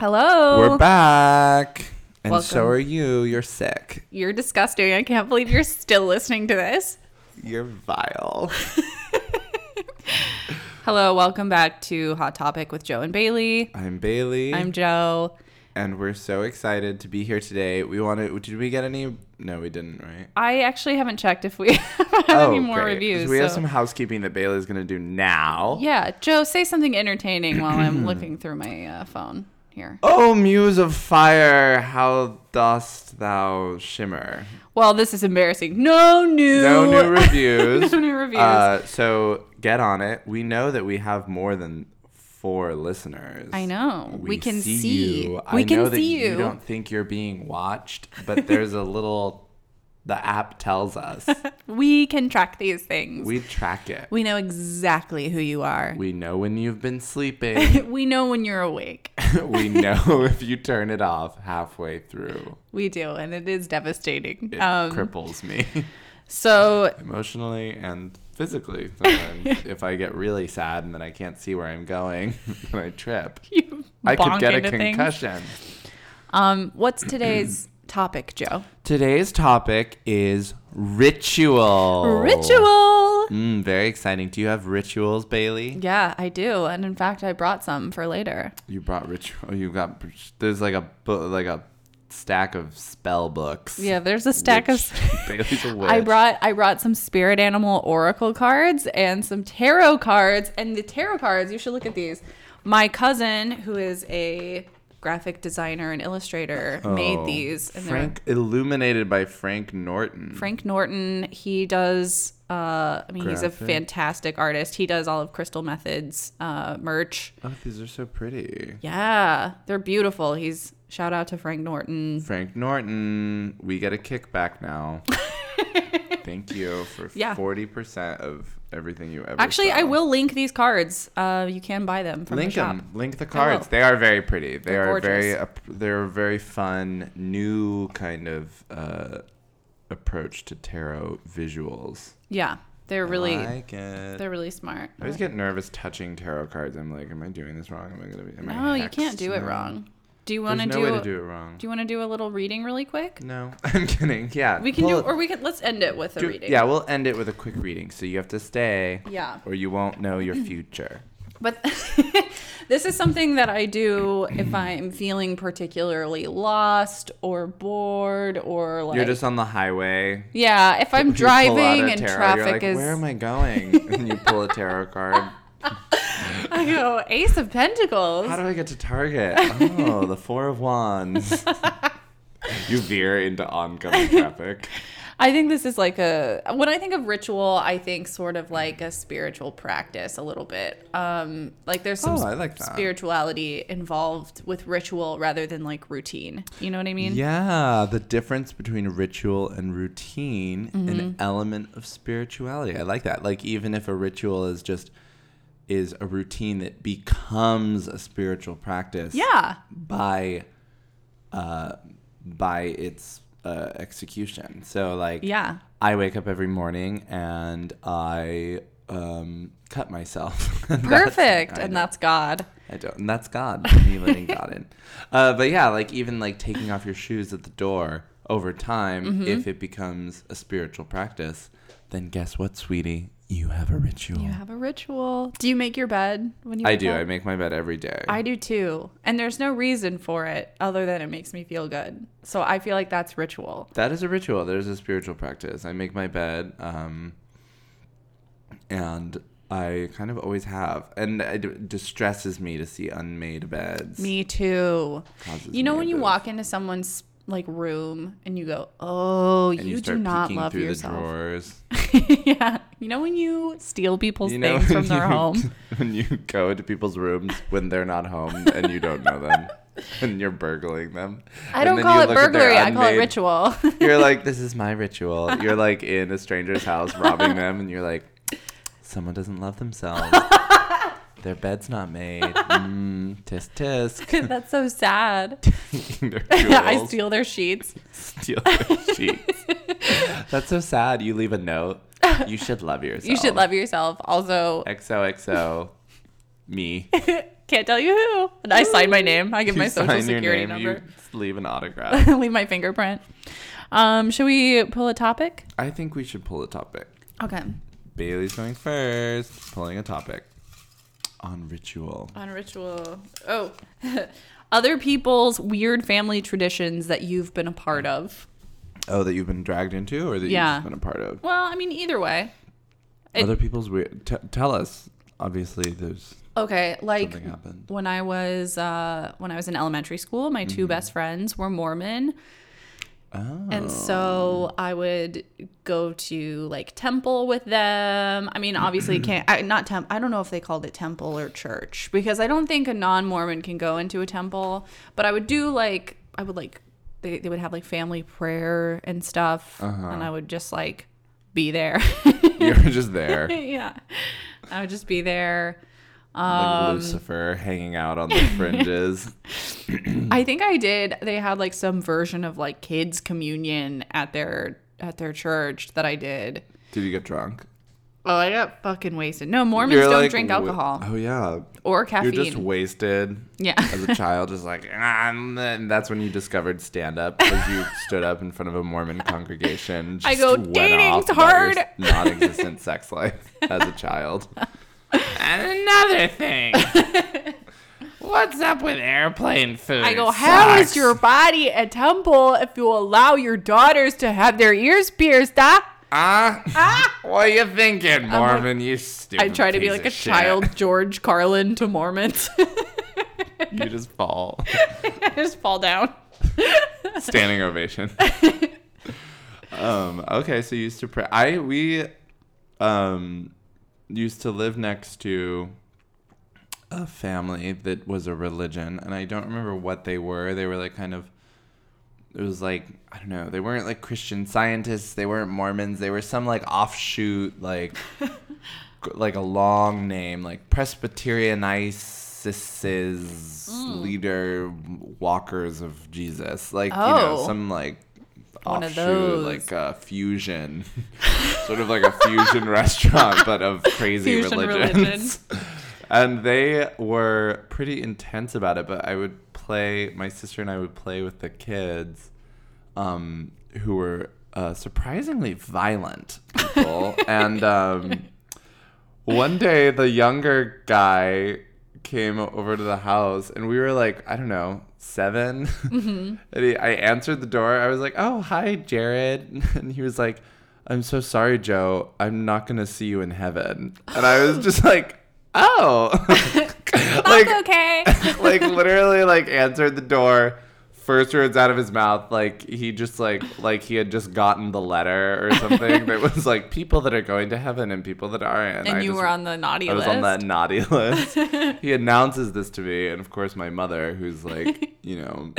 Hello. We're back. And so Welcome. are you. You're sick. You're disgusting. I can't believe you're still listening to this. You're vile. Hello. Welcome back to Hot Topic with Joe and Bailey. I'm Bailey. I'm Joe. and we're so excited to be here today. We want to. Did we get any? No, we didn't, right? Oh, I actually haven't checked if we have any more great. reviews. So we have so- some housekeeping that Bailey's going to do now. yeah, Joe, say something entertaining while I'm looking through my uh, phone here. Oh, muse of fire, how dost thou shimmer? Well, this is embarrassing. No new. No new reviews. No new reviews. Uh, so get on it. We know that we have more than four listeners. I know. We can see. You. We I can know that see you. You don't think you're being watched, but there's a little. The app tells us we can track these things. We, we track it. know exactly who you are. We know when you've been sleeping. we know when you're awake. we know if you turn it off halfway through. We do, and it is devastating. It um, cripples me so emotionally and physically. Sometimes if I get really sad and then I can't see where I'm going, then I trip. you I bonk could get a into things. concussion. Um, what's today's topic, Joe? Today's topic is ritual. Ritual. Mm, very exciting. Do you have rituals, Bailey? Yeah, I do, and in fact, I brought some for later. You brought ritual. oh, You got there's like a book, like a stack of spell books. Yeah, there's a stack of. Witch- Bailey's a witch. I brought I brought some spirit animal oracle cards and some tarot cards. And the tarot cards, you should look at these. My cousin, who is a graphic designer and illustrator, made Oh, these. And they're Frank illuminated by Frank Norton. Frank Norton. He does. Uh, I mean, he's a Graphic. fantastic artist. He does all of Crystal Methods uh, merch. Oh, these are so pretty. Yeah, they're beautiful. He's shout out to Frank Norton. Frank Norton, we get a kickback now. Thank you for Yeah. forty percent of everything you ever. Actually, I sell. will link these cards. Uh, you can buy them from link the shop. them. Link the will. cards. They are very pretty. They They're are gorgeous. very. ap- they're a very fun, new kind of uh, approach to tarot visuals. Yeah, they're really I like it. they're really smart. I always get nervous touching tarot cards. I'm like, am I doing this wrong? Am I gonna be? Am No, I you can't hexed do it now? wrong. Do you want There's to no do? way to do it wrong. Do you want to do a little reading really quick? no, I'm kidding. Yeah, We can pull do, it- or we could let's end it with a do- reading. Yeah, we'll end it with a quick reading. So you have to stay. Yeah. or you won't know your future. But this is something that I do if I'm feeling particularly lost or bored or like You're just on the highway. yeah, if I'm You pull out a driving and tarot, traffic you're like, is Where am I going? and you pull a tarot card. I go Ace of Pentacles. How do I get to Target? Oh, the Four of Wands. you veer into oncoming traffic. I think this is like a when I think of ritual, I think sort of like a spiritual practice a little bit. Um like there's some Oh, I like that. spirituality involved with ritual rather than like routine. You know what I mean? Yeah, the difference between ritual and routine, an Mm-hmm. element of spirituality. I like that. Like even if a ritual is just is a routine that becomes a spiritual practice. Yeah. by uh by its uh execution. So like Yeah. I wake up every morning and I um cut myself. That's- Perfect. I and know. that's God. I don't, and that's God, me letting God in. Uh, but yeah, like even like taking off your shoes at the door over time, Mm-hmm. if it becomes a spiritual practice, then guess what, sweetie? You have a ritual. You have a ritual. Do you make your bed when you? I wake do. up? I make my bed every day. I do too. And there's no reason for it other than it makes me feel good. So I feel like that's ritual. that is a ritual. There's a spiritual practice. I make my bed, um, and I kind of always have, and it distresses me to see unmade beds. Me too. Causes You know me a when you bit of- walk into someone's like room and you go, "Oh, and you, do start not peeking love through the yourself." drawers. yeah. You know when you steal people's things when from their you- home. When you go into people's rooms when they're not home and you don't know them and you're burgling them. I And don't then call you it look at their burglary. I call it unmade- ritual. You're like, this is my ritual. You're like in a stranger's house robbing them and you're like, someone doesn't love themselves. Their bed's not made. Mm, tisk tisk. that's so sad. Their I jewels. steal their sheets. Steal their sheets. That's so sad. You leave a note. You should love yourself. You should love yourself. Also, XOXO. Me. Can't tell you who. And I sign my name. I give You my social sign security your name, number. You leave an autograph. Leave my fingerprint. Um, should we pull a topic? I think we should pull a topic. Okay. Bailey's going first, pulling a topic on ritual. On ritual. Oh. Other people's weird family traditions that you've been a part of. Oh, that you've been dragged into, or that Yeah. you've just been a part of. Well, I mean, either way. It- Other people's weird. T- tell us. Obviously, there's Okay, like Something happened. when I was uh, when I was in elementary school, my Mm-hmm. 2 best friends were Mormon, oh, and so I would go to like temple with them. I mean, obviously can't I, not temp. I don't know if they called it temple or church because I don't think a non-Mormon can go into a temple. But I would do like I would like they they would have like family prayer and stuff, and I would just like be there. you were just there, like yeah, I would just be there. Um, Lucifer hanging out on the fringes. I think I did. They had like some version of like kids communion at their at their church that I did. Did you get drunk? Oh, I got fucking wasted. No, Mormons You're don't like, drink wi- alcohol Oh yeah, or caffeine. you're just wasted. yeah. As a child, just like, "Ah," and then that's when you discovered stand up. As you stood up in front of a Mormon congregation, just I go, went "Dating's off about your hard." Non-existent sex life as a child. And another thing, what's up with airplane food? I go, It How is sucks." your body a temple if you allow your daughters to have their ears pierced, huh? Ah, what are you thinking, Mormon? you stupid. I try to be piece like of a shit." child George Carlin to Mormons. You just fall. I just fall down. standing ovation. um, okay, so you used to pray. I we um, used to live next to a family that was a religion, and I don't remember what they were. They were like kind of. It was like I don't know. They weren't like Christian scientists. They weren't Mormons. They were some like offshoot like. like a long name, like Presbyterianis's leader walkers of Jesus, like you know Oh. some like One of offshoot, those. like a fusion, sort of like a fusion restaurant, but of crazy Fusion religions. religion. And they were pretty intense about it, but I would play, my sister and I would play with the kids um, who were uh, surprisingly violent people. and um, one day the younger guy came over to the house and we were like i don't know 7 Mm-hmm. and he, i answered the door i was like oh hi jared and he was like i'm so sorry joe i'm not gonna see you in heaven and i was just like oh like okay. like literally like answered the door first words out of his mouth like he just like like he had just gotten the letter or something that was like people that are going to heaven and people that aren't And I you just- were on the naughty I was list. on that naughty list. he announces this to me, and of course, my mother, who's like, you know,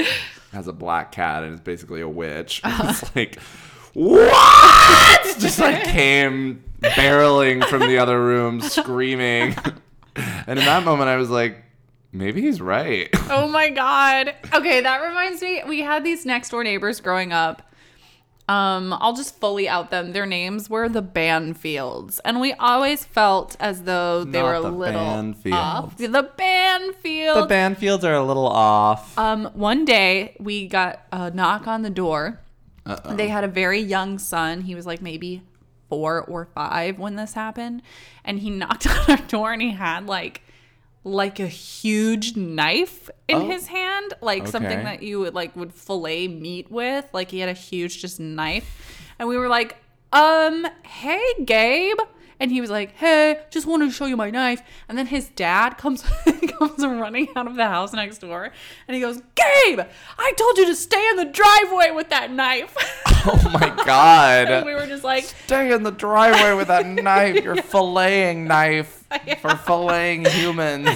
has a black cat and is basically a witch, Uh-huh. is like, what? Just like came barreling from the other room, screaming. and in that moment, I was like, maybe he's right. Oh my god. Okay, that reminds me. We had these next door neighbors growing up. Um, I'll just fully out them. Their names were the Banfields, and we always felt as though they Not were a the little Banfields. off. The Banfields. Banfields are a little off. um, one day we got a knock on the door. Uh-oh. They had a very young son. He was like maybe four or five when this happened, and he knocked on our door, and he had like like a huge knife in Oh. his hand, like something Okay. that you would like would fillet meat with. Like he had a huge just knife, and we were like, um, hey Gabe. And he was like, "Hey, just wanted to show you my knife." And then his dad comes comes running out of the house next door, and he goes, "Gabe, I told you to stay in the driveway with that knife." Oh my and god. we were just like, Stay in the driveway with that knife, your filleting knife for filleting humans.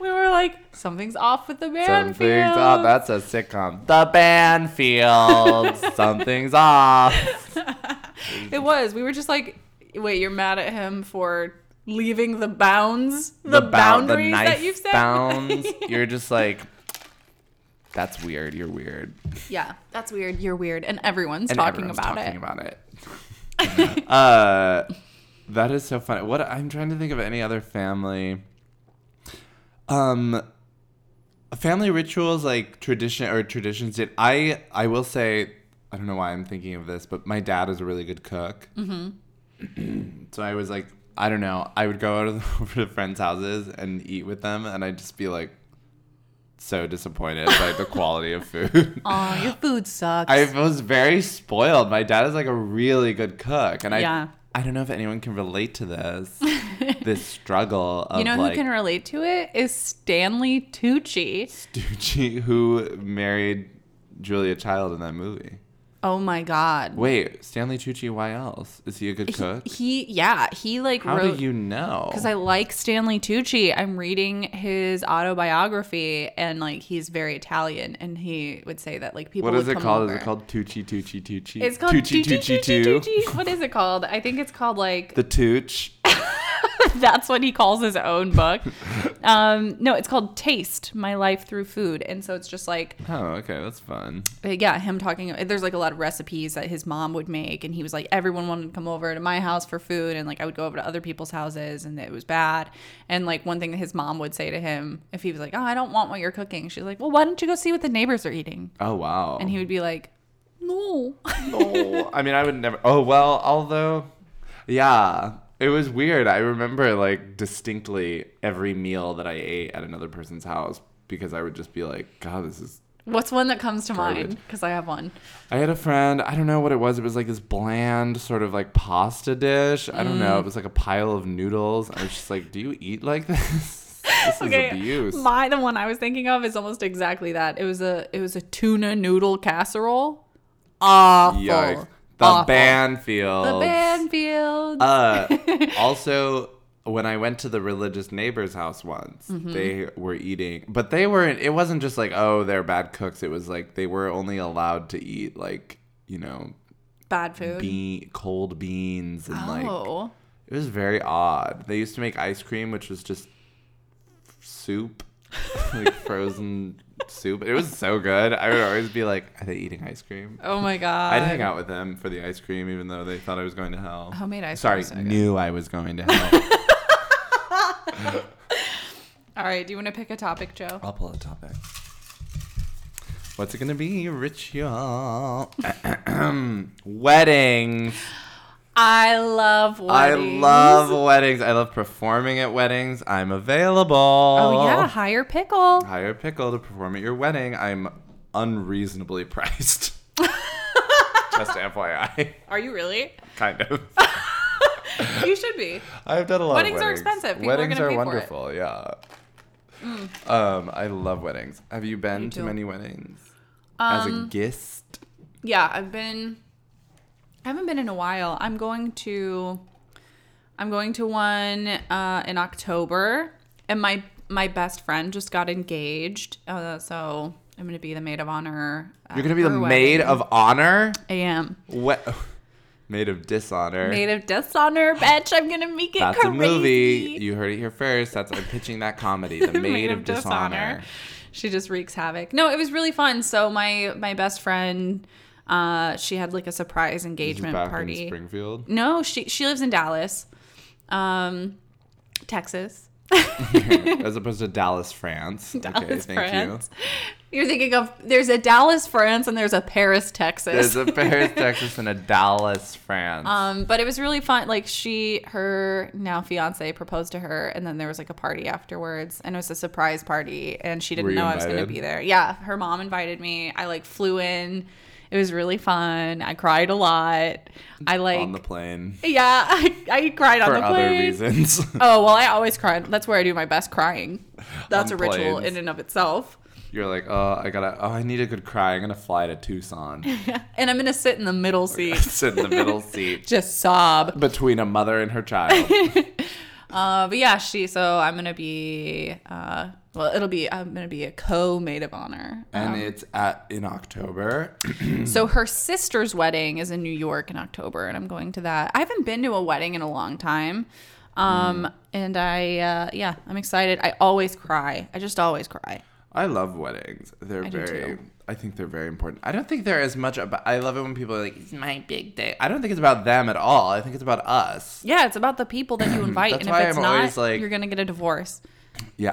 we were like, something's off with the man. Something's off. That's a sitcom. The Banfield. Something's off. It was. We were just like, wait, you're mad at him for leaving the bounds, the, bound- boundaries that you've set. bounds. You're just like, that's weird. You're weird. yeah, that's weird. You're weird, and everyone's And talking everyone's about talking it. about it. uh, that is so funny. What I'm trying to think of any other family. um family rituals like tradition or traditions did i i will say i don't know why i'm thinking of this but my dad is a really good cook so i was like i don't know i would go out of over to friends houses and eat with them and i'd just be like so disappointed by the quality of food Oh, your food sucks. I was very spoiled. My dad is like a really good cook, and I Yeah. I don't know if anyone can relate to this this struggle of you know like who can relate to it is Stanley Tucci. Stucci who married Julia Child in that movie. Oh my God. Wait, Stanley Tucci? Why else is he a good cook? He, yeah, he like How wrote. do you know? because I like Stanley Tucci. I'm reading his autobiography, and like he's very Italian, and he would say that like people. what is would it come called? Over. Is it called Tucci Tucci Tucci? It's called Tucci Tucci Tucci Tucci Tucci. Tucci. What is it called? I think it's called like The Tooch. that's what he calls his own book. um, no, it's called Taste: My Life Through Food, and so it's just like Oh, okay, that's fun. uh, yeah, him talking. There's like a lot of recipes that his mom would make, and he was like, everyone wanted to come over to my house for food, and like I would go over to other people's houses, and it was bad. And like one thing that his mom would say to him if he was like, "Oh, I don't want what you're cooking," she's like, "Well, why don't you go see what the neighbors are eating?" Oh wow. And he would be like, "No." oh, I mean, I would never. Oh well, although, yeah, it was weird. I remember like distinctly every meal that I ate at another person's house because I would just be like, God, this is. What's one that comes to Garbage. mind? Because I have one. I had a friend. I don't know what it was. It was like this bland sort of like pasta dish. I don't know. It was like a pile of noodles. I was just like, Do you eat like this? This is abuse. my the one I was thinking of is almost exactly that. It was a it was a tuna noodle casserole. Awful. Yikes. The Awful. Banfield. The Banfield. Uh, also, when I went to the religious neighbor's house once, Mm-hmm. they were eating, but they weren't. It wasn't just like, oh, they're bad cooks. It was like they were only allowed to eat like you know, Bad food. bean, cold beans, and like oh. it was very odd. They used to make ice cream, which was just soup, like frozen soup. It was so good. I would always be like, are they eating ice cream? Oh my god. I'd hang out with them for the ice cream, even though they thought I was going to hell. Homemade ice cream. Sorry, is so good. knew I was going to hell. All right, do you want to pick a topic, Joe? I'll pull a topic. What's it gonna be, ritual? weddings. I love I weddings. love weddings. I love performing at weddings. I'm available. Oh yeah, higher pickle. Hire Pickle to perform at your wedding. I'm unreasonably priced. Just FYI, Are you really? kind of. You should be. I've done a lot Weddings of weddings. are expensive. People are weddings gonna are pay for it. Mm. wonderful. Yeah. Um, I love weddings. Have you been to too. Um, many weddings? As a guest. Yeah, I've been I haven't been in a while. I'm going to I'm going to one uh, in October and my my best friend just got engaged. Uh, so I'm going to be the maid of honor. at You're gonna be the her maid wedding. of honor. I am. What? maid of dishonor. Maid of dishonor, bitch. I'm going to make it That's crazy. a movie. You heard it here first. That's I'm pitching that comedy, The Maid, of, Dishonor. She just wreaks havoc. No, it was really fun. So my my best friend, uh, she had like a surprise This is engagement back in party. Springfield. No, she she lives in Dallas, um, Texas. As opposed to Dallas, France. okay, Dallas, thank France. you. You. are thinking of there's a Dallas, France, and there's a Paris, Texas. There's a Paris, Texas, and a Dallas, France. um, but it was really fun. Like she, her now fiance proposed to her, and then there was like a party afterwards, and it was a surprise party, and she Were didn't you know I was going to invited? be there. Yeah, her mom invited me. I like flew in. It was really fun. I cried a lot. I like. on the plane yeah, I, I cried for on the other plane. reasons. Oh well, I always cry. That's where I do my best crying. That's a On ritual planes. in and of itself. You're like, oh, I gotta, oh, I need a good cry. I'm gonna fly to Tucson, And I'm gonna sit in the Oh, middle seat, sit in the middle seat just sob. between a mother and her child. Uh, but yeah, she. So I'm gonna be. Uh, well, it'll be. I'm gonna be a co-maid of honor. Um, and it's at in October. So her sister's wedding is in New York in October, and I'm going to that. I haven't been to a wedding in a long time. Um, Mm. and I, uh, yeah, I'm excited. I always cry. I just always cry. I love weddings. They're I do very. too. I think they're very important. I don't think they're as much about. I love it when people are like, "It's my big day." I don't think it's about them at all. I think it's about us. Yeah, it's about the people that you invite, That's and if why it's I'm not, always like- you're gonna get a divorce. Yeah.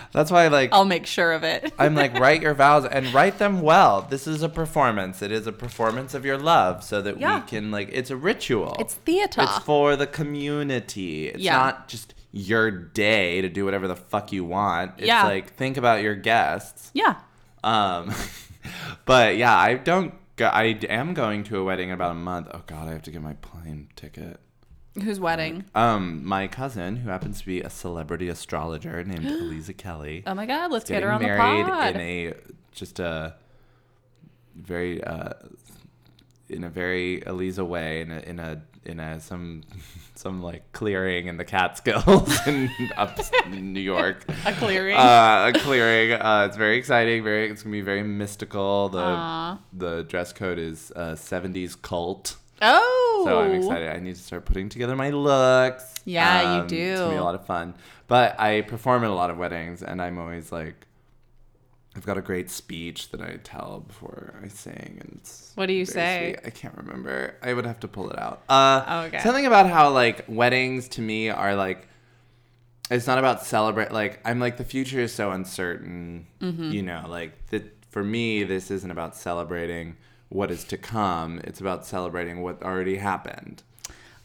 That's why, like, I'll make sure of it. I'm like, write your vows and write them well. This is a performance. It is a performance of your love so that Yeah. we can, like, it's a ritual. It's theater. It's for the community. It's Yeah. not just your day to do whatever the fuck you want. It's Yeah. like, think about your guests. yeah. Um, but yeah, I don't, go, I am going to a wedding in about a month. Oh, God, I have to get my plane ticket. Whose wedding? Um, my cousin, who happens to be a celebrity astrologer named Eliza Kelly, Oh my God, let's get getting her on the married pod. in a just a very uh, in a very Eliza way, in a in a in a some some like clearing in the Catskills in up in New York. a clearing. Uh, a clearing. Uh, it's very exciting. Very, it's gonna be very mystical. The Aw. the dress code is uh, '70s cult. oh. So I'm excited. I need to start putting together my looks. Um, Yeah, you It's gonna be do. a lot of fun. But I perform at a lot of weddings, and I'm always like, I've got a great speech that I tell before I sing. And it's What do you very say? Oh, sweet. I can't remember. I would have to pull it out. Uh, Okay. Something about how like weddings to me are like. It's not about celebrate. Like I'm like the future is so uncertain. Mm-hmm. You know, like the, for me, this isn't about celebrating what is to come. It's about celebrating what already happened.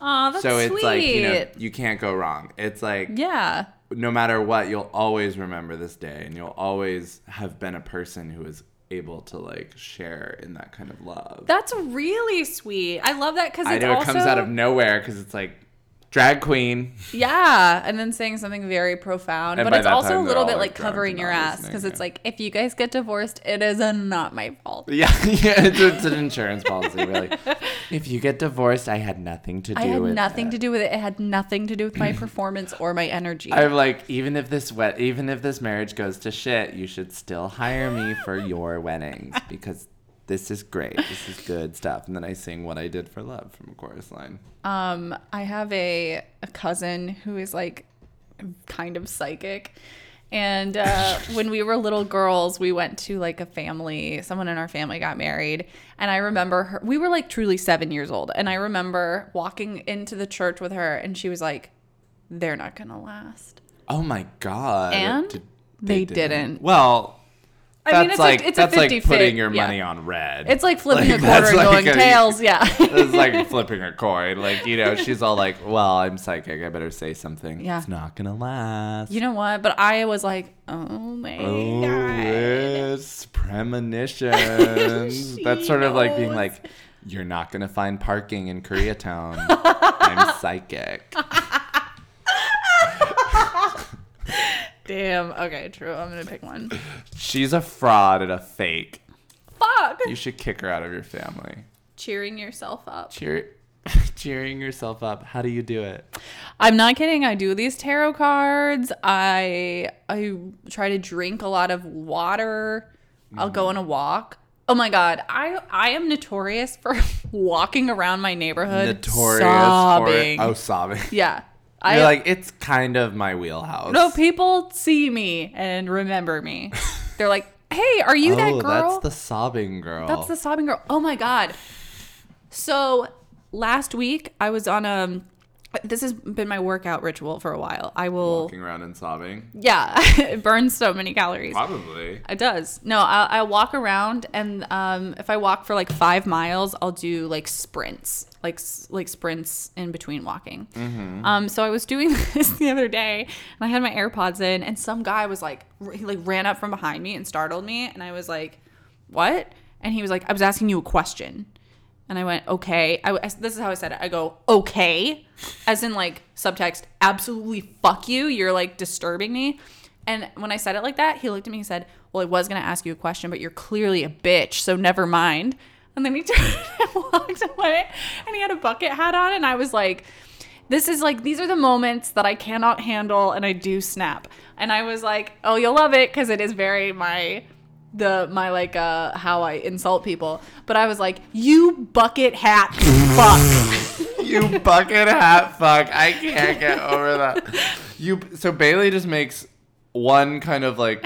Aw, that's so it's sweet. like you know you can't go wrong. It's like yeah. no matter what, you'll always remember this day, and you'll always have been a person who is able to like share in that kind of love. That's really sweet. I love that because I it's know it also comes out of nowhere because it's like drag queen. yeah, and then saying something very profound, And but by it's that also time, a they're little all, bit like, like drunk covering and your not ass listening, because it's yeah. like if you guys get divorced, it is uh, not my fault. Yeah, yeah, it's, it's an insurance policy. Really, if you get divorced, I had nothing to do I had with nothing it. to do with it. It had nothing to do with my performance or my energy. I'm like, even if this wet, even if this marriage goes to shit, you should still hire me for your weddings because this is great. This is good stuff. And then I sing "What I Did for Love" from a chorus line. Um, I have a, a cousin who is like kind of psychic. And uh, when we were little girls, we went to like a family, someone in our family got married. And I remember her, we were like truly seven years old. And I remember walking into the church with her, and she was like, they're not going to last. Oh my god! And Did- they didn't. Well, I that's mean, it's a- like it's a that's like 50-50, putting your yeah. money on red. It's like flipping Like, a quarter and that's like going a- tails. Yeah. it's like flipping a coin. Like, you know, she's all like, well, I'm psychic. I better say something. Yeah. It's not going to last. you know what? But I was like, oh my Oh, God. it's premonitions. She That's sort of like being knows. like, you're not going to find parking in Koreatown. I'm psychic. Damn. Okay, true. I'm going to pick one. She's a fraud and a fake. Fuck. You should kick her out of your family. cheering yourself up. Cheer, cheering yourself up. How do you do it? I'm not kidding. I do these tarot cards. I I try to drink a lot of water. I'll Mm-hmm. go on a walk. Oh my god, I I am notorious for walking around my neighborhood Notorious sobbing. for oh sobbing. Yeah. I You're like, it's kind of my wheelhouse. no people see me and remember me. They're like, "Hey, are you that Oh, girl?" that's the sobbing girl. That's the sobbing girl. Oh my god. So last week I was on a. This has been my workout ritual for a while. I will. walking around and sobbing. Yeah, it burns so many calories. Probably. It does. No, I, I walk around, and um, if I walk for like five miles, I'll do like sprints, like s- like sprints in between walking. Um, so I was doing this the other day, and I had my AirPods in, and some guy was like, r- he like ran up from behind me and startled me, and I was like, "What?" And he was like, "I was asking you a question," and I went, "Okay." I, I- this is how I said it. I go, "Okay," as in like subtext, "Absolutely fuck you. You're like disturbing me." And when I said it like that, he looked at me and said, Well, I was going to ask you a question, but you're clearly a bitch, so never mind. And then he turned and walked away, and he had a bucket hat on. And I was like, This is like, these are the moments that I cannot handle, and I do snap. And I was like, Oh, you'll love it, because it is very my. The my like uh how I insult people, but I was like, you bucket hat fuck. you bucket hat fuck. I can't get over that. You so Bailey just makes one kind of like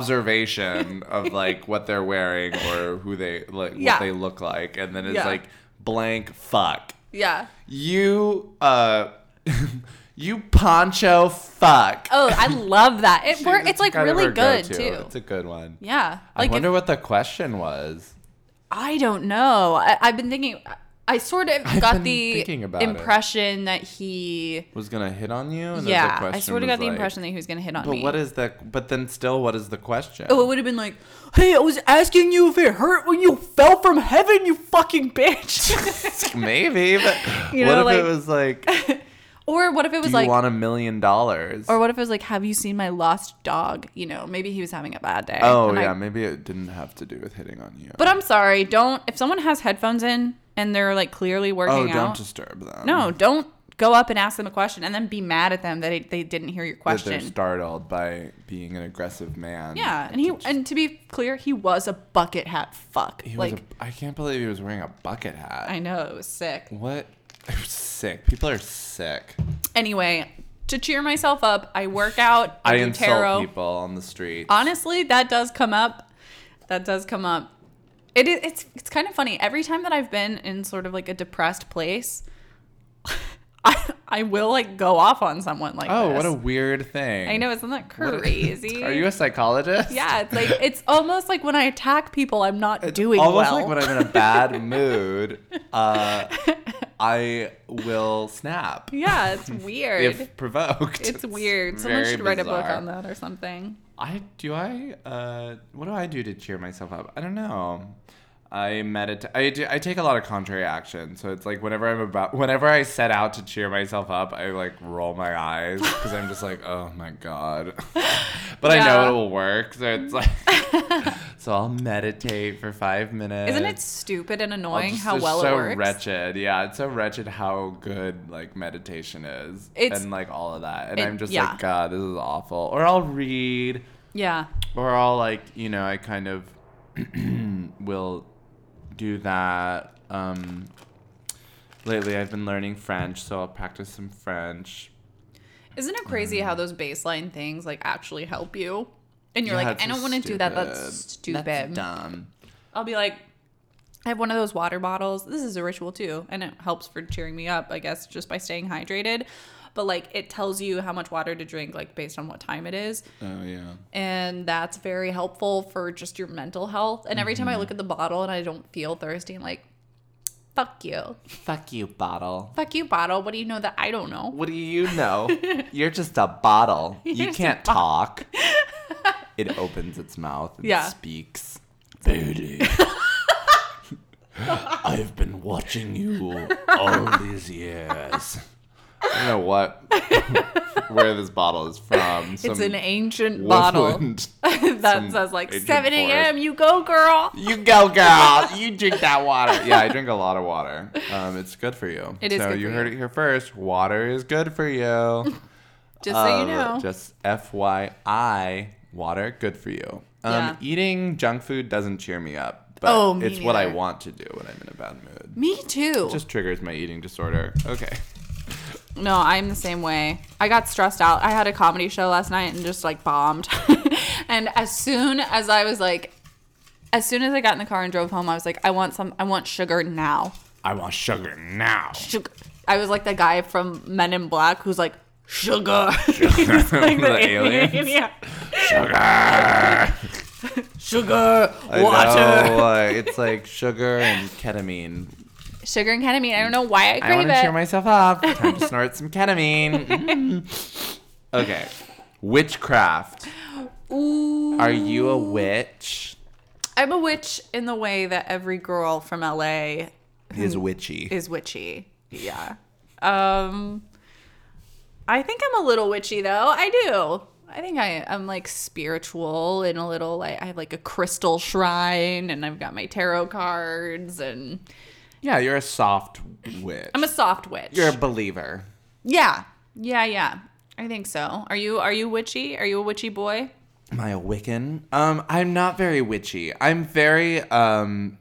observation of like what they're wearing or who they like Yeah. what they look like and then it's Yeah. like blank fuck. yeah, You uh You poncho fuck. Oh, I love that. It She's wor- It's like kind of really her good go-to. too. It's a good one. yeah. I Like if- wonder what the question was. I don't know. I, I've been thinking. I sort of I've got been the thinking about it. impression that he. Was gonna hit on you? And then the Yeah, I question sort of was got the like- impression that he was going to hit on But me. what is the? But then still, what is the question? Oh, it would have been like, "Hey, I was asking you if it hurt when you fell from heaven, you fucking bitch." Maybe, but You what know, if it like- was like, do or what if it was you like, want a million dollars? or what if it was like, "Have you seen my lost dog?" You know, maybe he was having a bad day. Oh and I- yeah, maybe it didn't have to do with hitting on you. but I'm sorry. Don't. If someone has headphones in and they're like clearly working oh, don't out, disturb them. no, don't go up and ask them a question and then be mad at them that it, they didn't hear your That they're question. startled by being an aggressive man. Yeah, and he and to be clear, he was a bucket hat fuck. He was like a, I can't believe he was wearing a Mm. bucket hat. I know it was sick. what? It was sick. People are sick. Anyway, to cheer myself up, I work out. I, I do insult tarot. people on the street. Honestly, that does come up. That does come up. It is. It's it's kind of funny. Every time that I've been in sort of like a depressed place, I I will like go off on someone like oh, this. what a weird thing. I know isn't that What a- crazy? are you a psychologist? Yeah, it's like it's almost like when I attack people, I'm not doing almost well. like when I'm in a bad mood, uh, I will snap yeah, it's weird. if provoked. It's weird. Someone very should write a book bizarre. on that or something. I do I uh what do I do to cheer myself up? I don't know. I meditate. I do. I take a lot of contrary action, so it's like whenever I'm about, whenever I set out to cheer myself up, I like roll my eyes because I'm just like, oh my god. but I know Yeah. it will work, so it's like, so I'll meditate for five minutes. Isn't it stupid and I'll annoying just- how it's well it so works? wretched. Yeah, it's so wretched how good like meditation is, It's- and like all of that. And it- I'm just yeah. like, God, this is awful. Or I'll read Yeah. or I'll like you know I kind of will do that. Um, lately, I've been learning French, so I'll practice some French. Isn't it Mm. crazy how those baseline things like actually help you? And you're Yeah, like, it's I don't so want to do that. That's stupid. stupid. That's dumb. I'll be like, I have one of those water bottles. This is a ritual too, and it helps for cheering me up, I guess, just by staying hydrated. But like, it tells you how much water to drink, like based on what time it is. Oh yeah. and that's very helpful for just your mental health. And every time Mm-hmm. I look at the bottle and I don't feel thirsty, I'm like, fuck you. Fuck you, bottle. Fuck you, bottle. What do you know that I don't know? What do you know? You're just a bottle. You're You just a can't talk. it opens its mouth and Yeah. speaks. Beauty. I've been watching you all these years. I don't know what where this bottle is from. It's an ancient woodland. bottle that some says like ancient 7 a.m. You go, girl. You go, girl. You drink that water. Yeah, I drink a lot of water. Um, it's good for you. It is So good you for heard you. it here first. Water is good for you. Just so you Um, know. Just FYI, water, good for you. Um, Yeah. Eating junk food doesn't cheer me up, but Oh, me it's what I neither. want to do when I'm in a bad mood. Me too. Just triggers my eating disorder. Okay. no, I'm the same way. I got stressed out. I had a comedy show last night and just like bombed. and as soon as I was like, as soon as I got in the car and drove home, I was like, I want some, I want sugar now. I want sugar now. sugar. I was like the guy from Men in Black who's like, sugar. He's like The aliens. Yeah. Sugar. Sugar, I water. know, uh, it's like sugar and ketamine. Sugar and ketamine. I don't know why I I want crave to it. cheer myself up. Time to snort some ketamine. Mm. Okay. Witchcraft. Ooh. Are you a witch? I'm a witch in the way that every girl from LA Is witchy. is witchy. Yeah. Um, I think I'm a little witchy though. I do. I think I, I'm like spiritual and a little like I have like a crystal shrine and I've got my tarot cards and Yeah, you're a soft witch. I'm a soft witch. You're a believer. Yeah. Yeah, yeah. I think so. Are you are you witchy? Are you a witchy boy? Am I a Wiccan? Um, I'm not very witchy. I'm very um,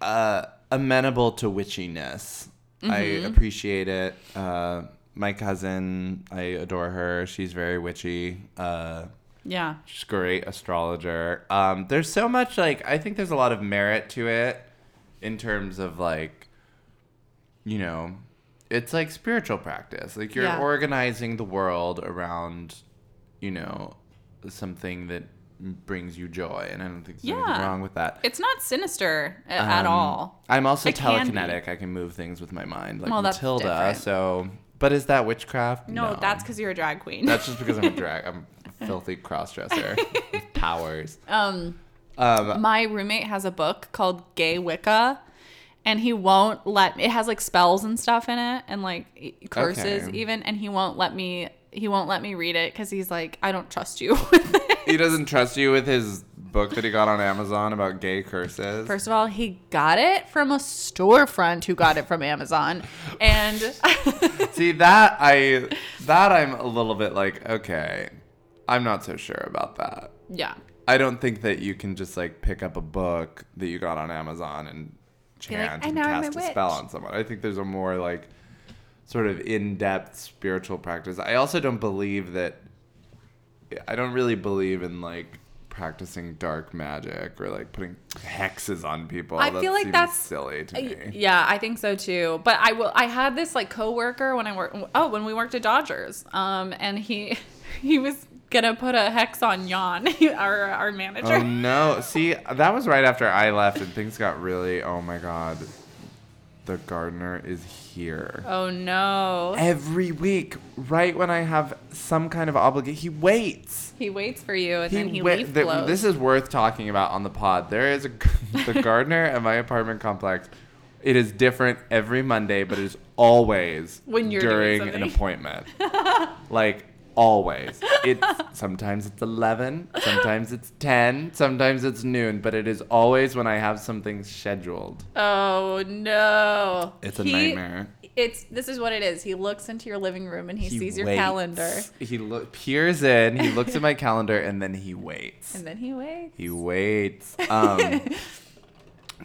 uh, amenable to witchiness. I appreciate it. Uh, my cousin, I adore her. She's very witchy. Uh, Yeah. She's a great astrologer. Um, there's so much like I think there's a lot of merit to it in terms of like, you know, it's like spiritual practice. Like you're Yeah. organizing the world around, you know, something that brings you joy, and I don't think there's anything Yeah. wrong with that. It's not sinister a- at Um, all. I'm also It can be. telekinetic. I can move things with my mind, like Well, that's Matilda. different. So, but is that witchcraft? No, that's because you're a drag queen. that's just because I'm a drag. I'm a filthy crossdresser with powers. um, Um, my roommate has a book called Gay Wicca, and he won't let it has like spells and stuff in it, and like e- curses Okay. even, and he won't let me. He won't let me read it because he's like, I don't trust you. with it." he doesn't trust you with his book that he got on Amazon about gay curses. First of all, he got it from a storefront who got it from Amazon, and See that I that I'm a little bit like okay, I'm not so sure about that. yeah, I don't think that you can just like pick up a book that you got on Amazon and Be like, chant "I and know I'm cast a a, spell witch." on someone. I think there's a more like sort of in-depth spiritual practice. I also don't believe that I don't really believe in like practicing dark magic or like putting hexes on people. I That feel like seems that's- silly to Y- me. Yeah, I think so too. But I will. I had this like coworker when I worked. Oh, when we worked at Dodgers. Um, and he he was gonna put a hex on Jan, our our manager. Oh no. See, that was right after I left and things got really oh my god. The gardener is here. oh no, every week, right when I have some kind of obligation. He waits. he waits for you, and then he wai- leaf th- blows. This is worth talking about on the pod. There is a g- the gardener at my apartment complex. It is different every Monday, but it is always When you're doing during an something. appointment. like always. It's sometimes it's 11, sometimes it's 10, sometimes it's noon, but it is always when I have something scheduled. oh no, It's a He- nightmare. It's this is what it is. He looks into your living room and he, He sees your waits. calendar, He lo- peers in, he looks at my calendar, and then he waits. and then he waits. He waits. Um,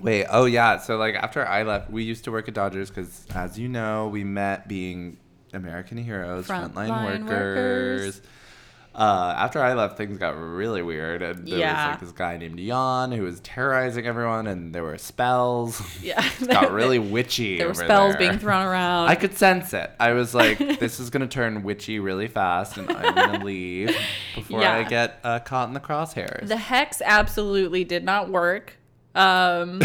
wait, oh yeah. So, like, after I left, we used to work at Dodgers because, as you know, we met being American heroes, Frontline frontline, workers. workers. Uh, after I left, things got really weird, and there Yeah. was like this guy named Jan who was terrorizing everyone, and there were spells. yeah, it got really witchy. there were over spells there. being thrown around. I could sense it. I was like, this is going to turn witchy really fast, and I'm going to leave before I Yeah. get uh, caught in the crosshairs. The hex absolutely did not work. Um,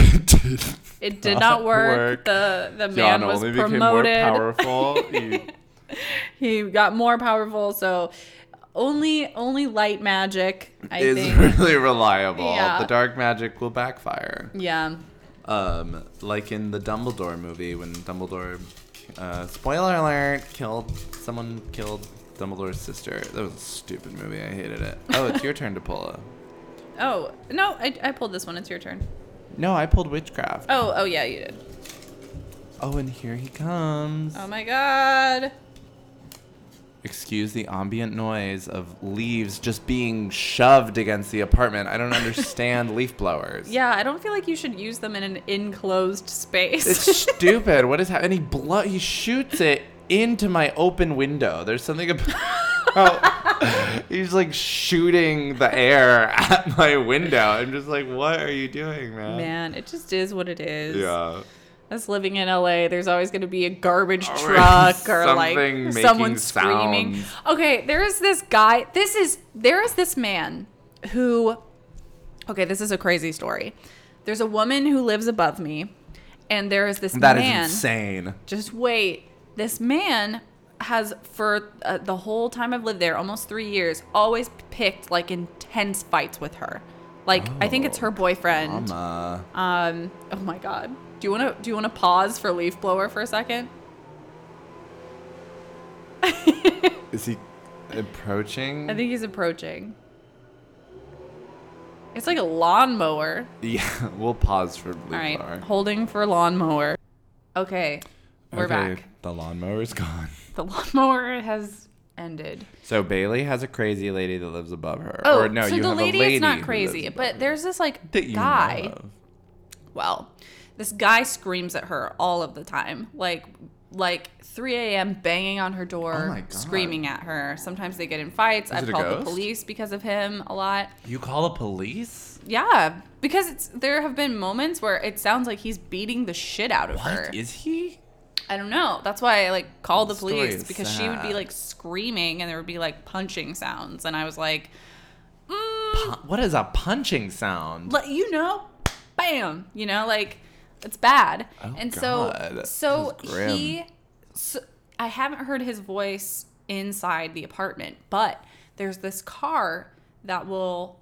it did not, not work. work. The the man John was only became more promoted. powerful. He- He got more powerful. So only only light magic. I is think. really reliable. Yeah. The dark magic will backfire. Yeah. Um, like in the Dumbledore movie when Dumbledore, uh, spoiler alert, killed someone killed Dumbledore's sister. That was a stupid movie. I hated it. Oh, it's your turn to pull a. Oh no, I, I pulled this one. It's your turn. No, I pulled witchcraft. Oh oh yeah, you did. Oh, and here he comes. Oh my god. Excuse the ambient noise of leaves just being shoved against the apartment. I don't understand leaf blowers. Yeah, I don't feel like you should use them in an enclosed space. It's stupid. What is happening? He blow. He shoots it into my open window. There's something about. he's like shooting the air at my window. I'm just like, what are you doing, man? Man, it just is what it is. Yeah. Us living in LA, there's always going to be a garbage Always truck or something like making someone screaming. sounds. Okay, there is this guy. This is there is this man who Okay, this is a crazy story. There's a woman who lives above me and there is this That is man insane. just wait. This man has, for uh, the whole time I've lived there, almost three years, always picked like intense fights with her. Like I think Oh, it's her boyfriend. Mama. Um. Oh my God. Do you want to? Do you want to pause for leaf blower for a second? Is he approaching? I think he's approaching. It's like a lawnmower. yeah. We'll pause for leaf All right, blower. holding for lawnmower. Okay, we're Okay, back. The lawnmower's gone. The lawnmower has ended. So Bailey has a crazy lady that lives above her. Oh, or no, so you the have lady, a lady is who not lives crazy, above but her there's this like that you guy. know of. well this guy screams at her all of the time like like 3 a.m banging on her Oh door my God. screaming at her sometimes they get in fights i've it a called the ghost? police because of him a lot You call the police? yeah because it's there have been moments where it sounds like he's beating the shit out of her What is he? I don't know. That's why I like called the The story police is because she would be sad. like screaming and there would be like punching sounds and I was like, mm, Pu- What is a punching sound? let you know, bam, you know, like it's bad. Oh, and God. This so so is grim. he so I haven't heard his voice inside the apartment, but there's this car that will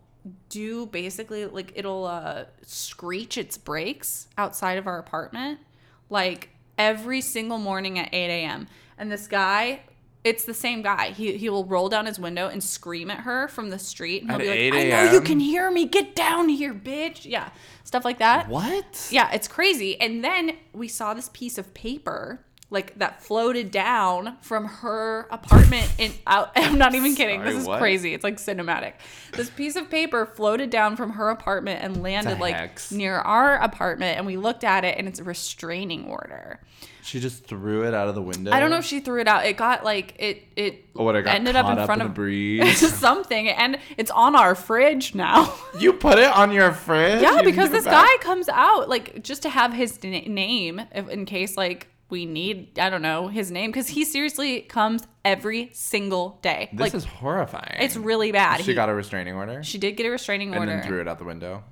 do basically like it'll uh, screech its brakes outside of our apartment like every single morning at 8 a.m. And this guy, it's the same guy. He, he will roll down his window and scream at her from the street. And he'll At be like, 8 I know you a.m.? can hear me. Get down here, bitch. Yeah. Stuff like that. what? Yeah, it's crazy. And then we saw this piece of paper like that floated down from her apartment in out I'm not even kidding. Sorry, this is what? crazy. It's like cinematic. This piece of paper floated down from her apartment and landed like hex. near our apartment and we looked at it and it's a restraining order. She just threw it out of the window. I don't know if she threw it out. It got like it it Oh, what, it got ended caught up in up front in of the breeze? something and it's on our fridge now. you put it on your fridge. You Yeah, didn't because give it this back? guy comes out like just to have his na- name if, in case like we need I don't know his name because he seriously comes every single day. This like is horrifying. it's really bad. She He- got a restraining order she did get a restraining and order. then threw it out the window.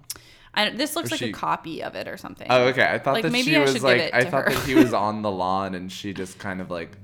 I, this looks Or like a she- copy of it or something. Oh, okay. I thought Like, that maybe she I should was give like. it I to thought her. that he was on the lawn and she just kind of like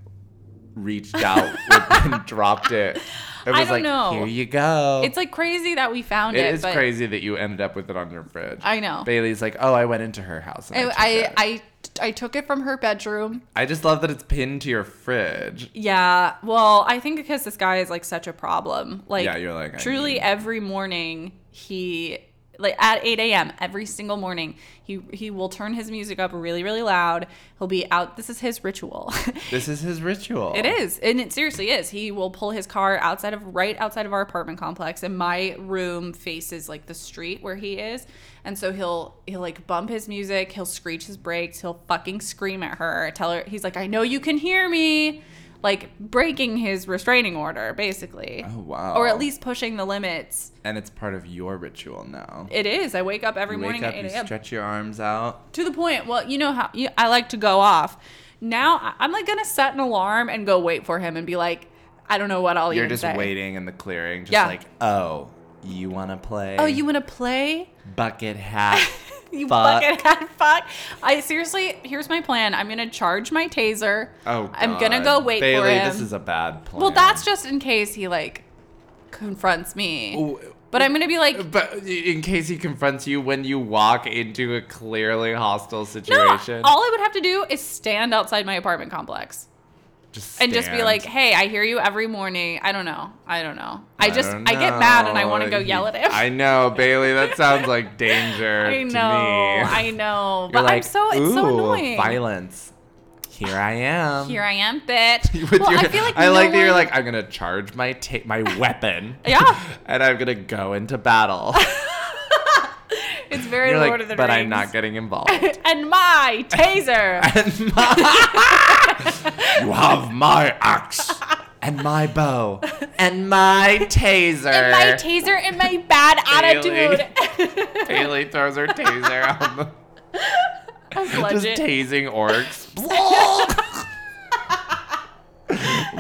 reached out with, and dropped it. It was don't like, know. here you go. It's like crazy that we found it. it is but crazy that you ended up with it on your fridge. I know. Bailey's like, oh, I went into her house. And I, I took I, it." I I took it from her bedroom. I just love that it's pinned to your fridge. Yeah. Well, I think because this guy is like such a problem. Like, Yeah, you're like, I truly need- every morning he like at 8 a.m. every single morning he he will turn his music up really really loud. He'll be out. This is his ritual. This is his ritual. It is, and it seriously is. He will pull his car outside of right outside of our apartment complex, and my room faces like the street where he is, and so he'll he'll like bump his music, he'll screech his brakes, he'll fucking scream at her, tell her he's like, I know you can hear me, like breaking his restraining order basically, Oh, wow. or at least pushing the limits. And it's part of your ritual now. It is. I wake up every You morning wake up, at you 8 a.m. stretch your arms out. to the point. Well, you know how you, I like to go off. Now I- I'm like gonna set an alarm and go wait for him and be like, I don't know what I'll You're even just say. waiting in the clearing, just Yeah. like, oh, you want to play? Oh, you wanna play? bucket hat. You Fuck. bucket hat fuck. I seriously, here's my plan. I'm gonna charge my taser. oh, I'm gonna go God. wait Bailey, for him. This is a bad plan. well, that's just in case he like confronts me. Ooh, But I'm gonna be like, But in case he confronts you when you walk into a clearly hostile no. situation, All I would have to do is stand outside my apartment complex. just and just be stand. like, "Hey, I hear you every morning. I don't know. I don't know. I just don't I, get mad and I know. want to go yell at him." I know, Bailey. That sounds like danger. I know, To me. I know, You're but I'm like, so it's so "Ooh, annoying. Violence. Here I am. Here I am, bitch. With well, your- I feel like I no like that you're one- like I'm gonna charge my ta- my weapon. Yeah. and I'm gonna go into battle. it's very you're Lord like, of the but Rings. I'm not getting involved. and my taser. and my you have my axe and my bow and my taser. and my taser and my bad attitude. Bailey throws her taser on the That's just legit. tasing orcs. Blah!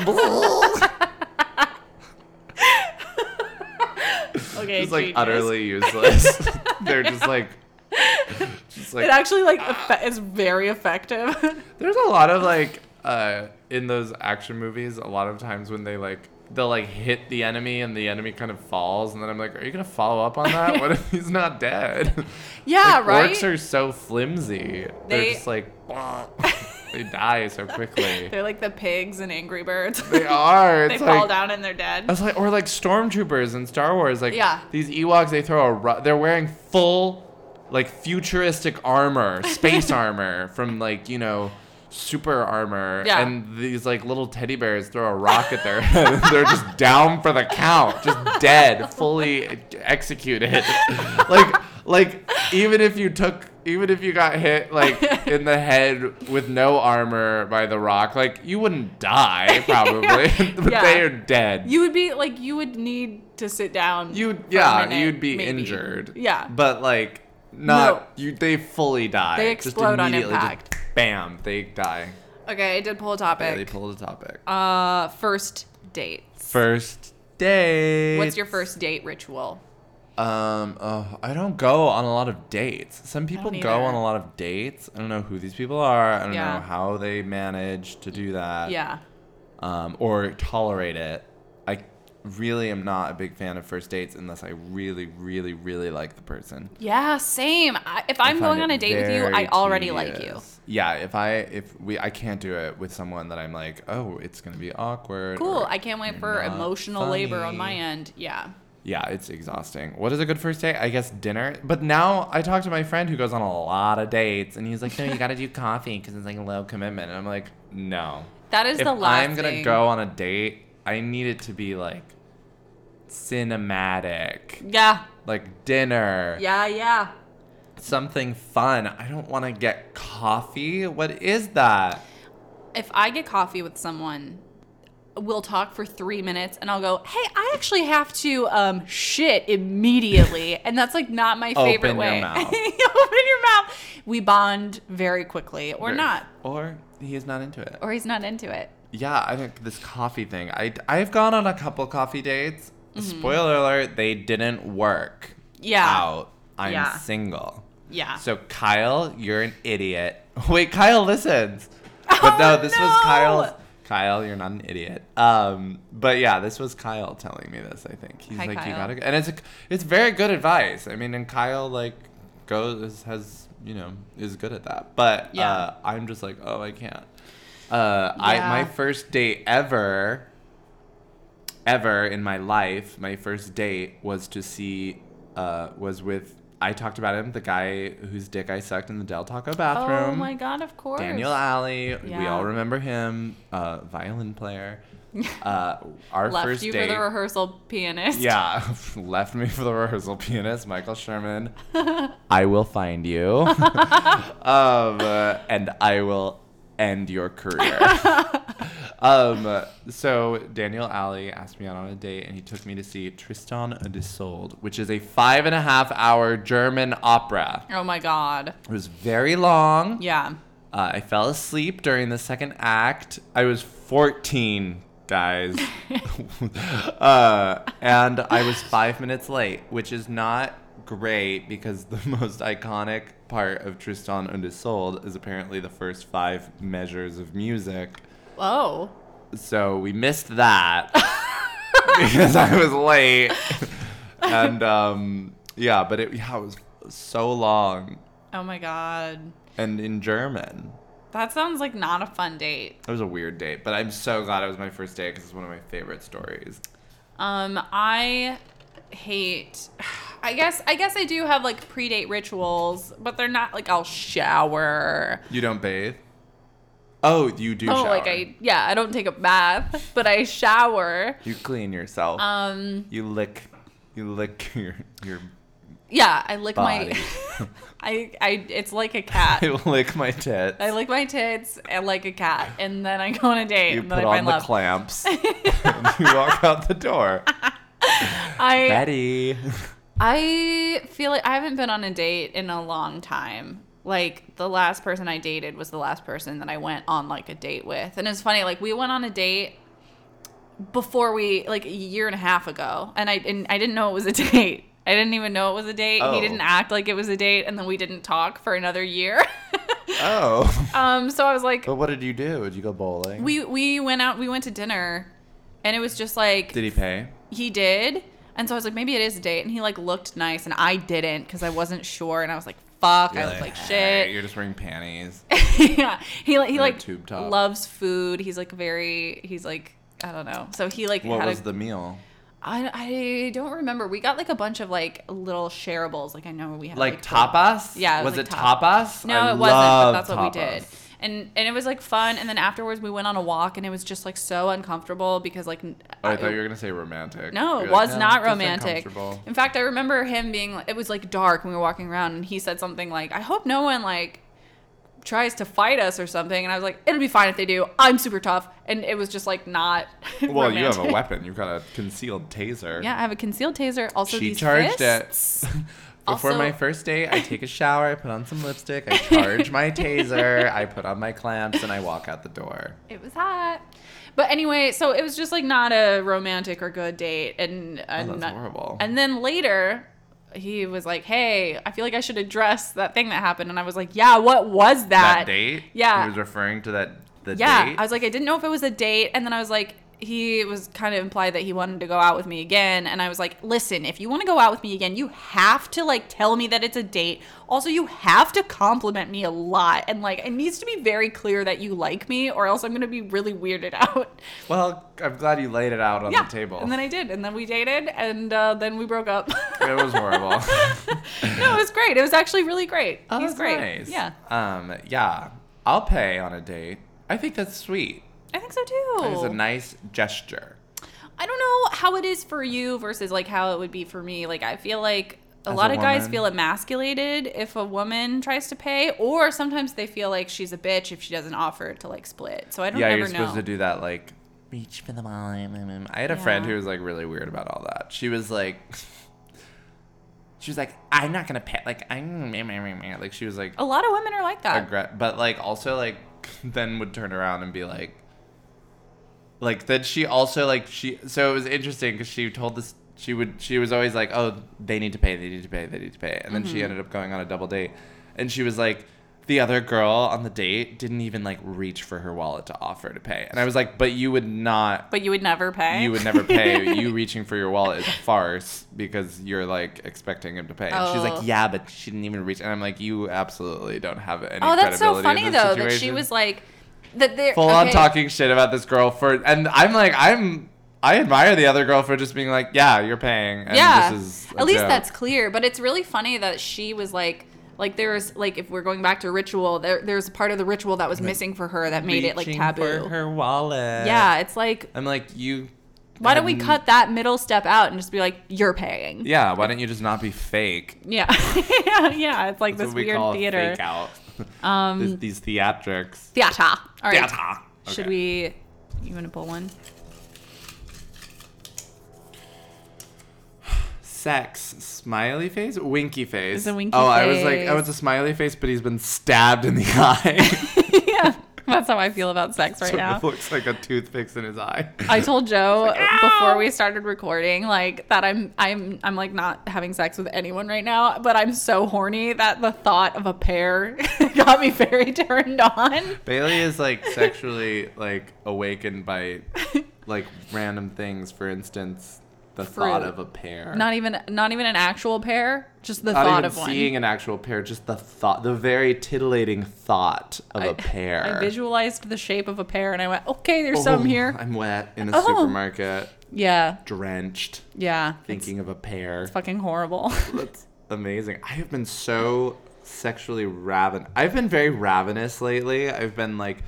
Blah! okay, It's like genius. utterly useless. They're just like, just It like. actually like effe- is very effective. There's a lot of like uh, in those action movies. A lot of times when they like they'll like hit the enemy and the enemy kind of falls, and then I'm like, are you gonna follow up on that? what if he's not dead? yeah, Like, Uh, right. Orcs are so flimsy. They're They- just like, they die so quickly. They're like the pigs in Angry Birds. They are. they It's fall like, down and they're dead. I was like, or like stormtroopers in Star Wars, like Yeah. these Ewoks, they throw a ru- they're wearing full, like futuristic armor, space armor from like you know, super armor, Yeah. and these like little teddy bears throw a rock at their head, they're just down for the count, just dead, fully executed, like like even if you took. Even if you got hit like in the head with no armor by the rock, like you wouldn't die probably, but Yeah. they are dead. You would be like you would need to sit down. You'd for a yeah, minute, you'd be maybe. injured. Yeah. But like not you they fully die. They explode on immediately, impact. bam, they die. Okay, I did pull a Barely topic. pulled a topic. Uh, first dates. First date. What's your first date ritual? Um, oh, I don't go on a lot of dates. Some people don't go either. on a lot of dates. I don't know who these people are. I don't Yeah. know how they manage to do that. Yeah. Um, or tolerate it. I really am not a big fan of first dates unless I really, really, really like the person. Yeah, same. I, if I I'm find going it on a date with you, very I already like you. tedious. Yeah, if I if we I can't do it with someone that I'm like, oh, it's gonna be awkward. Cool. or I can't wait you're for not emotional labor on my funny. end. Yeah. Yeah, it's exhausting. What is a good first date? I guess dinner. But now I talk to my friend who goes on a lot of dates, and he's like, "No, you got to do coffee because it's like a low commitment." And I'm like, "No." That is If the last I'm gonna thing. go on a date, I need it to be like cinematic, Yeah. like dinner, Yeah, yeah. something fun. I don't want to get coffee. What is that? If I get coffee with someone, we'll talk for 3 minutes and I'll go, "Hey, I actually have to um shit immediately." and that's like not my Open favorite your way. mouth. Open your mouth. We bond very quickly or not. Or he is not into it. Or he's not into it. Yeah, I think this coffee thing. I I've gone on a couple coffee dates. Spoiler alert, they didn't work. Mm-hmm. Yeah. Out. I'm Yeah. single. Yeah. So Kyle, you're an idiot. Wait, Kyle listens. But no, Oh, this no! was Kyle's Kyle, you're not an idiot. Um, but yeah, this was Kyle telling me this. I think he's Hi, like, you Kyle. gotta, go. and it's a, it's very good advice. I mean, and Kyle like goes has you know is good at that. But Yeah. uh, I'm just like, oh, I can't. Uh, I Yeah. my first date ever, ever in my life, my first date was to see, uh, was with. I talked about him, the guy whose dick I sucked in the Del Taco bathroom. Oh my god, of course. Daniel Alley. We Yeah. all remember him. Uh, violin player. Uh, our left first you date. for the rehearsal pianist. yeah, left me for the rehearsal pianist, Michael Sherman. I will find you, um, uh, and I will end your career. um, so Daniel Alley asked me out on a date, and he took me to see Tristan Isolde, which is a five and a half hour German opera. Oh my god. It was very long. Yeah. Uh, I fell asleep during the second act. I was 14, guys. uh, and I was five minutes late, which is not great because the most iconic part of Tristan und Isolde is apparently the first five measures of music. Oh. So we missed that because I was late. and um, yeah, but it, yeah, it was so long Oh my god. and in German. That sounds like not a fun date. It was a weird date, but I'm so glad it was my first date because it's one of my favorite stories. Um I hate I guess I guess I do have like pre-date rituals, but they're not like I'll shower. You don't bathe? Oh, you do Oh, shower. like I yeah, I don't take a bath, but I shower. You clean yourself. Um you lick. You lick your your. yeah, I lick Body. my I I it's like a cat. I lick my tits. I lick my tits and like a cat, and then I go on a date you and put then I on find the love. clamps. and you walk out the door. I Betty. I feel like I haven't been on a date in a long time. Like the last person I dated was the last person that I went on like a date with. And it's funny, like we went on a date before we like a year and a half ago and I didn't I didn't know it was a date. I didn't even know it was a date. Oh. He didn't act like it was a date and then we didn't talk for another year. Oh. um so I was like But what did you do? Did you go bowling? we we went out we went to dinner and it was just like did he pay? he did and so i was like maybe it is a date and he like looked nice and i didn't because i wasn't sure and i was like fuck i look like "Hey, shit You're just wearing panties. yeah he like he a like tube top. loves food he's like very he's like i don't know so he like What had was a the meal? I, I don't remember we got like a bunch of like little shareables like i know we had Like, top tapas? Yeah, it was Was like it tap- tapas? no I it wasn't but love that's what we tapas. did and and it was like fun and then afterwards we went on a walk and it was just like so uncomfortable because like n- Oh, I I- thought you were gonna say romantic. No, You're it like, was "No, not just romantic. uncomfortable." In fact, I remember him being like, it was like dark when we were walking around and he said something like, I hope no one like tries to fight us or something. And I was like, it'll be fine if they do. I'm super tough. And it was just like not. Well, you have a romantic. weapon. You've got a concealed taser. Yeah, I have a concealed taser. Also, She these charged fists. it. Before Also- my first date, I take a shower, I put on some lipstick, I charge my taser, I put on my clamps, and I walk out the door. It was hot. But anyway, so it was just like not a romantic or good date, and and Oh, that's not- horrible. And then later, he was like, "Hey, I feel like I should address that thing that happened," and I was like, "Yeah, what was that?" That date? yeah. He was referring to that the yeah, date. I was like, I didn't know if it was a date, and then I was like. He was kind of implied that he wanted to go out with me again. And I was like, listen, if you want to go out with me again, you have to like tell me that it's a date. Also, you have to compliment me a lot. And like, it needs to be very clear that you like me, or else I'm going to be really weirded out. well, I'm glad you laid it out on the table. And then I did, and then we dated, and uh, then we broke up. it was horrible. no, it was great. It was actually really great. Oh, He's that's great. nice. Yeah, Um, yeah. I'll pay on a date. I think that's sweet. I think so too. It's a nice gesture. I don't know how it is for you versus like how it would be for me. Like I feel like a As a lot of guys woman. feel emasculated if a woman tries to pay, or sometimes they feel like she's a bitch if she doesn't offer to like split. So I don't yeah, ever you're know. supposed to do that like reach for the volume. mm, mm. I had a friend Yeah. who was like really weird about all that. She was like she was like, I'm not gonna pay like I'm meh, meh, meh, meh." like she was like a lot of women are like that. aggre- but like also like then would turn around and be like like then she also like she so it was interesting because she told this she would she was always like oh they need to pay they need to pay they need to pay and then she ended up going on a double date and she was like the other girl on the date didn't even like reach for her wallet to offer to pay and i was like but you would not But you would never pay. you would never pay you reaching for your wallet is a farce because you're like expecting him to pay and she's Oh. like yeah but she didn't even reach and i'm like you absolutely don't have any oh, that's so credibility funny in this though that she situation." was like that. They're full on okay. talking shit about this girl for and i'm like i'm i admire the other girl for just being like yeah you're paying and yeah this is a at least joke." that's clear but it's really funny that she was like like there's like if we're going back to ritual there there's a part of the ritual that was missing for her that made it like Reaching for taboo her wallet yeah it's like i'm like you why don't we hadn't- cut that middle step out and just be like you're paying Um, yeah why don't you just not be fake yeah yeah, yeah it's like that's this what we weird call theater fake out Um, This- these theatrics theater all right Theater. should Okay. we you want to pull one sex smiley face winky face It's a winky oh i was like oh face. it's a smiley face but he's been stabbed in the eye yeah that's how i feel about sex right so now it looks like a toothpick in his eye I told Joe "Ow!" before we started recording like that I'm I'm I'm like not having sex with anyone right now, but I'm so horny that the thought of a pair got me very turned on. Bailey is like sexually like awakened by like random things. For instance, the thought Fruit. of a pear. Not even not even an actual pair, just the Not thought even of one. seeing an actual pear, just the thought, the very titillating thought of a I- pear. I visualized the shape of a pair and I went, "Okay, there's Oh, some here." I'm wet in a Oh. supermarket, Yeah. drenched, Yeah. thinking of a pear. It's fucking horrible. That's amazing. I have been so sexually raven. I've been very ravenous lately. I've been like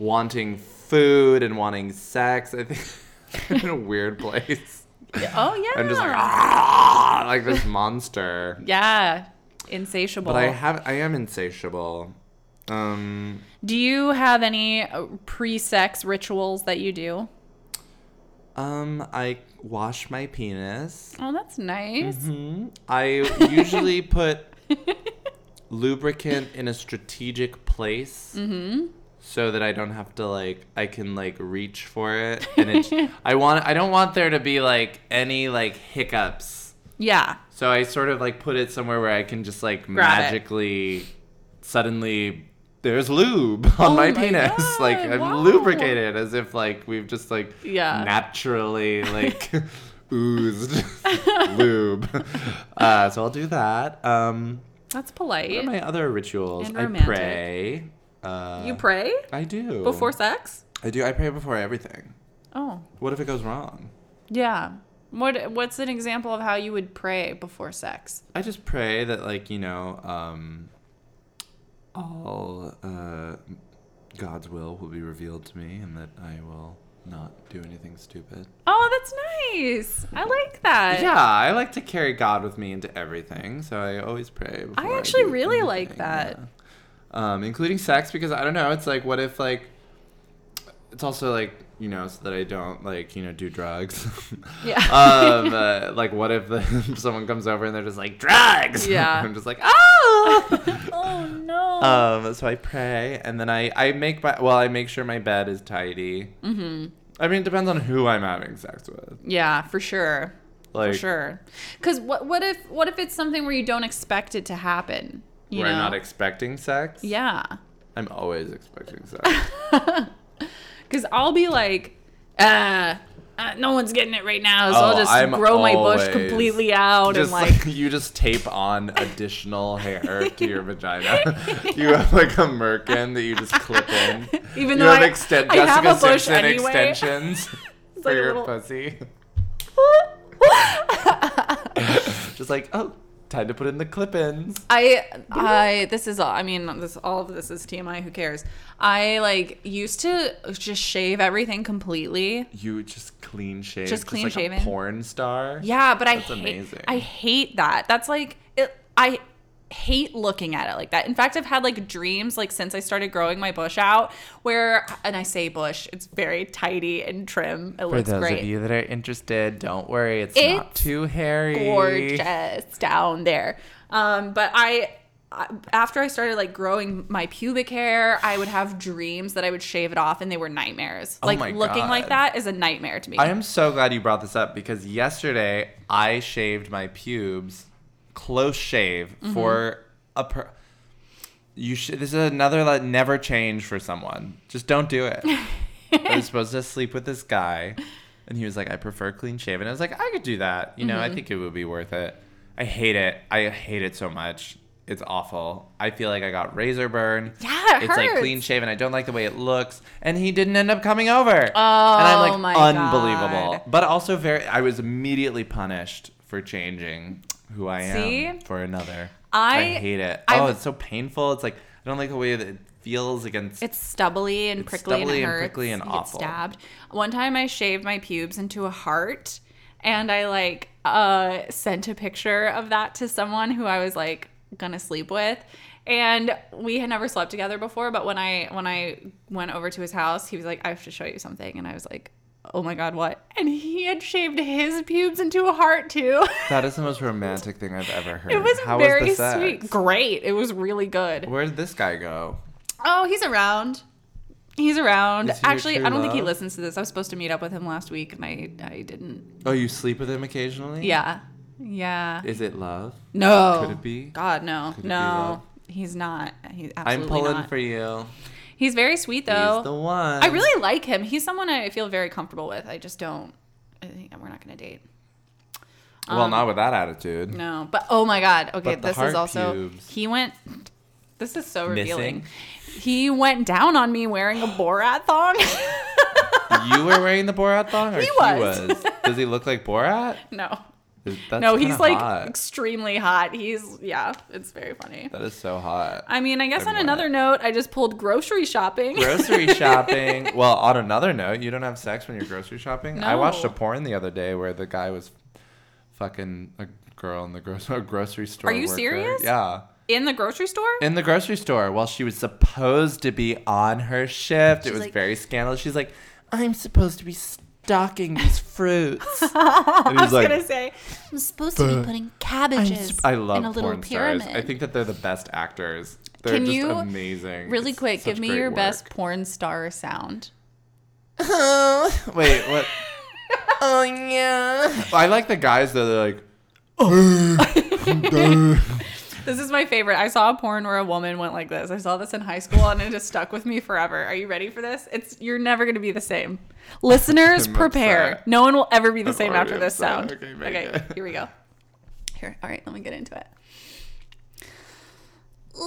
wanting food and wanting sex. I think I'm in a weird place. oh yeah. I'm just like ah, like this monster. yeah. Insatiable. But I have I am insatiable. Um do you have any uh, pre-sex rituals that you do? um I wash my penis. Oh, that's nice. Mhm. I usually put lubricant in a strategic place so that I don't have to like I can like reach for it and it, I want I don't want there to be like any like hiccups. Yeah. So I sort of like put it somewhere where I can just like it. magically suddenly there's lube on Oh my, my penis. God, like I'm wow. lubricated as if like we've just like Yeah. naturally like oozed lube. Uh, so I'll do that. Um That's polite. what are my other rituals? And I romantic. pray. Uh, you pray I do. before sex? I do. I pray before everything. Oh, What if it goes wrong? yeah. What What's an example of how you would pray before sex? I just pray that, like, you know, um, all uh, God's will will be revealed to me and that I will not do anything stupid. Oh, that's nice. I like that. yeah, I like to carry God with me into everything, so I always pray. Before actually do really like anything, that. yeah. Um, including sex, because I don't know, it's like, what if, like, it's also like you know so that I don't like you know do drugs. Yeah. um, uh, like what if the, someone comes over and they're just like drugs? Yeah. I'm just like ah. oh no. um, so I pray and then I I make my well I make sure my bed is tidy. Mm-hmm. I mean it depends on who I'm having sex with. yeah, for sure. Like for sure. Because what what if what if it's something where you don't expect it to happen? You where I'm know. not expecting sex. yeah. I'm always expecting sex. Because I'll be like, uh, uh, no one's getting it right now, so I'll Oh, just I'm grow my always bush completely out just and like, you just tape on additional hair to your vagina. You have like a merkin that you just clip in. Even you though have I- exten- I have Jessica a bush Simpson anyway. extensions for like a your little- pussy. Just like oh, time to put in the clip-ins. I, I, this is all. I mean, this all of this is TMI. Who cares? I like used to just shave everything completely. You just clean shave. Just clean like shaven. A porn star. Yeah, but I That's hate, amazing. I hate that. That's like it, I hate looking at it like that. In fact, I've had like dreams like since I started growing my bush out where and I say bush, it's very tidy and trim. It For looks those great. of you that are interested, don't worry. It's, not It's too hairy. gorgeous down there. Um, but I, I- after I started like growing my pubic hair, I would have dreams that I would shave it off, and they were nightmares. like Oh my looking like God. that is a nightmare to me. I am so glad you brought this up because yesterday I shaved my pubes, close shave Mm-hmm. for a per. You sh- this is another like, never change for someone. Just don't do it. I was supposed to sleep with this guy, and he was like, "I prefer clean shaven." I was like, "I could do that. You know, Mm-hmm. I think it would be worth it." I hate it. I hate it so much. It's awful. I feel like I got razor burn. Yeah, it it's like hurts. clean shaven. I don't like the way it looks. And he didn't end up coming over Oh, and I'm like my unbelievable. God. But also very I was immediately punished for changing who I See? am for another. I- hate it. I've- oh, it's so painful. It's like I don't like the way that it feels against It's stubbly and prickly and it stubbly and hurts. prickly and You get awful. stabbed. One time I shaved my pubes into a heart and I like uh sent a picture of that to someone who I was like gonna sleep with. And we had never slept together before, but when I when I went over to his house, he was like, I have to show you something and I was like, Oh my god, what? And he had shaved his pubes into a heart too. That is the most romantic thing I've ever heard. it was How very the sex? sweet. Great. It was really good. Where did this guy go? Oh, he's around. He's around. Is he your Actually, I true don't think he love? listens to this. I was supposed to meet up with him last week and I I didn't. Oh, you sleep with him occasionally? Yeah. Yeah. Is it love? no. Could it be? God, no. Could it be No. love? He's not. He's I'm absolutely pulling not. for you. He's very sweet He's the though. one. I really like him. He's someone I feel very comfortable with. I just don't I think we're not going to date. Well, not with that attitude. Um, No, but oh my god. Okay, But the this is heart also pubes. he went. This is so Missing? revealing. He went down on me wearing a Borat thong. you were wearing the Borat thong, or he was. was? Does he look like Borat? no. Is- that's no, kinda he's like hot. extremely hot. He's yeah, it's very funny. That is so hot. I mean, I guess on Everyone- another note, I just pulled grocery shopping. grocery shopping. Well, on another note, you don't have sex when you're grocery shopping. I watched a No. porn the other day where the guy was fucking a girl in the grocery grocery store. Are you worker. serious? Yeah. in the grocery store? In the grocery store, while she was supposed to be on her shift, She's it was like- very scandalous. She's like, "I'm supposed to be stocking these fruits," and I he's was like, gonna say I'm supposed to be putting cabbages I'm sup- I love in a little porn pyramid. stars. I think that they're the best actors. They're Can just you- amazing. really It's quick. Give such me great your work. best porn star sound. Wait, what? oh yeah. I like the guys that are like, This is my favorite. I saw a porn where a woman went like this. I saw this in high school and it just stuck with me forever. Are you ready for this? It's you're never gonna be the same. Listeners, I'm prepare. upset. No one will ever be the I'm same already after this upset. sound. Okay, make Okay, it. here we go. Here, all right, let me get into it.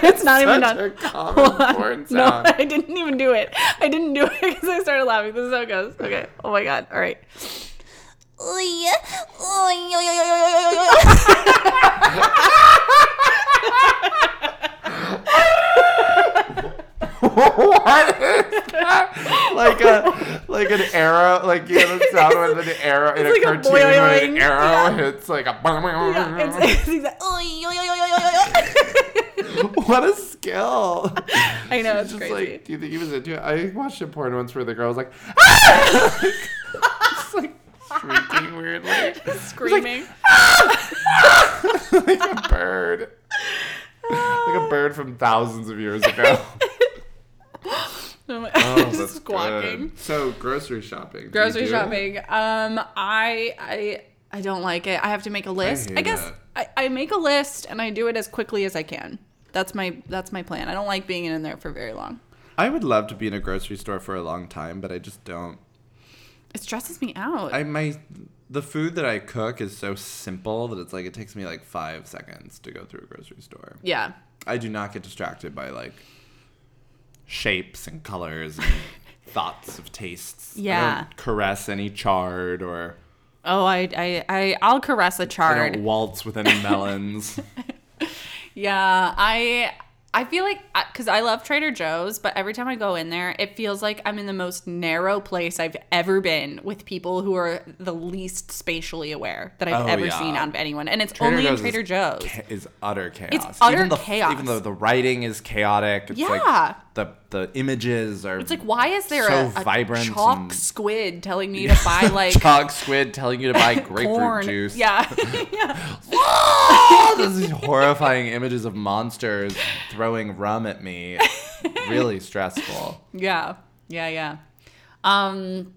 it's not even done. that's a common porn sound. No, I didn't even do it. I didn't do it because I started laughing. This is how it goes. Okay. Oh my god. All right. what is that? Like a like an arrow, like you know the sound when an arrow in It's a like a cartoon when an boing. arrow hits like a. Yeah, it's, it's exactly. what a skill. I know it's Just crazy. like, do you think he was into it? I watched a porn once where the girl was like, "Ah!" Just, like shrieking weirdly, Screaming. like a bird, like a bird from thousands of years ago. I'm like, Oh, that's just good. squawking. So grocery shopping. do you Grocery do it? shopping. Um, I I I don't like it. I have to make a list. I, hate guess I, I make a list and I do it as quickly as I can. That's my that's my plan. I don't like being in there for very long. I would love to be in a grocery store for a long time, but I just don't. It stresses me out. I my the food that I cook is so simple that it's like it takes me like five seconds to go through a grocery store. yeah. I do not get distracted by like shapes and colors and thoughts of tastes. I Yeah. don't caress any chard or Oh, I I, I I'll caress a I chard. don't waltz with any melons. Yeah, I I feel like because I love Trader Joe's, but every time I go in there, it feels like I'm in the most narrow place I've ever been with people who are the least spatially aware that I've Oh, ever yeah. seen out of anyone, and it's Trader only Joe's in Trader is Joe's. Ca- is utter chaos. utter even the, chaos. Even though the writing is chaotic. It's Yeah. Like the the images are. it's like, why is there so a, a vibrant chalk and- squid telling me to buy like chalk squid telling you to buy grapefruit corn? juice. Yeah, yeah. Ah, Those these horrifying images of monsters throwing rum at me. Really stressful. Yeah, yeah, yeah. Um,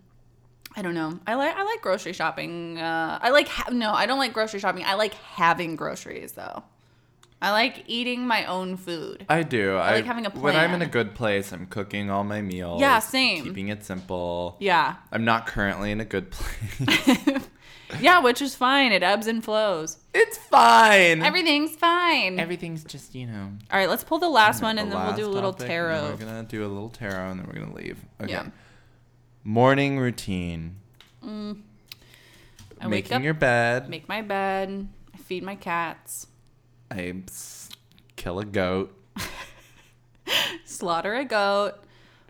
I don't know. I like I like grocery shopping. Uh, I like ha- no, I don't like grocery shopping. I like having groceries though. I like eating my own food. I do. I, like having a When I'm in plan. a good place, I'm cooking all my meals. Yeah, same. Keeping it simple. Yeah, I'm not currently in a good place. yeah, which is fine. It ebbs and flows. it's fine. Everything's fine. Everything's just, you know. All right, let's pull the last one the and then we'll last do a little topic, and then tarot. We're going to do a little tarot and then we're going to leave. Okay. Yeah. Morning routine. I wake Making up, your bed. make my bed, I feed my cats, I s- kill a goat. slaughter a goat.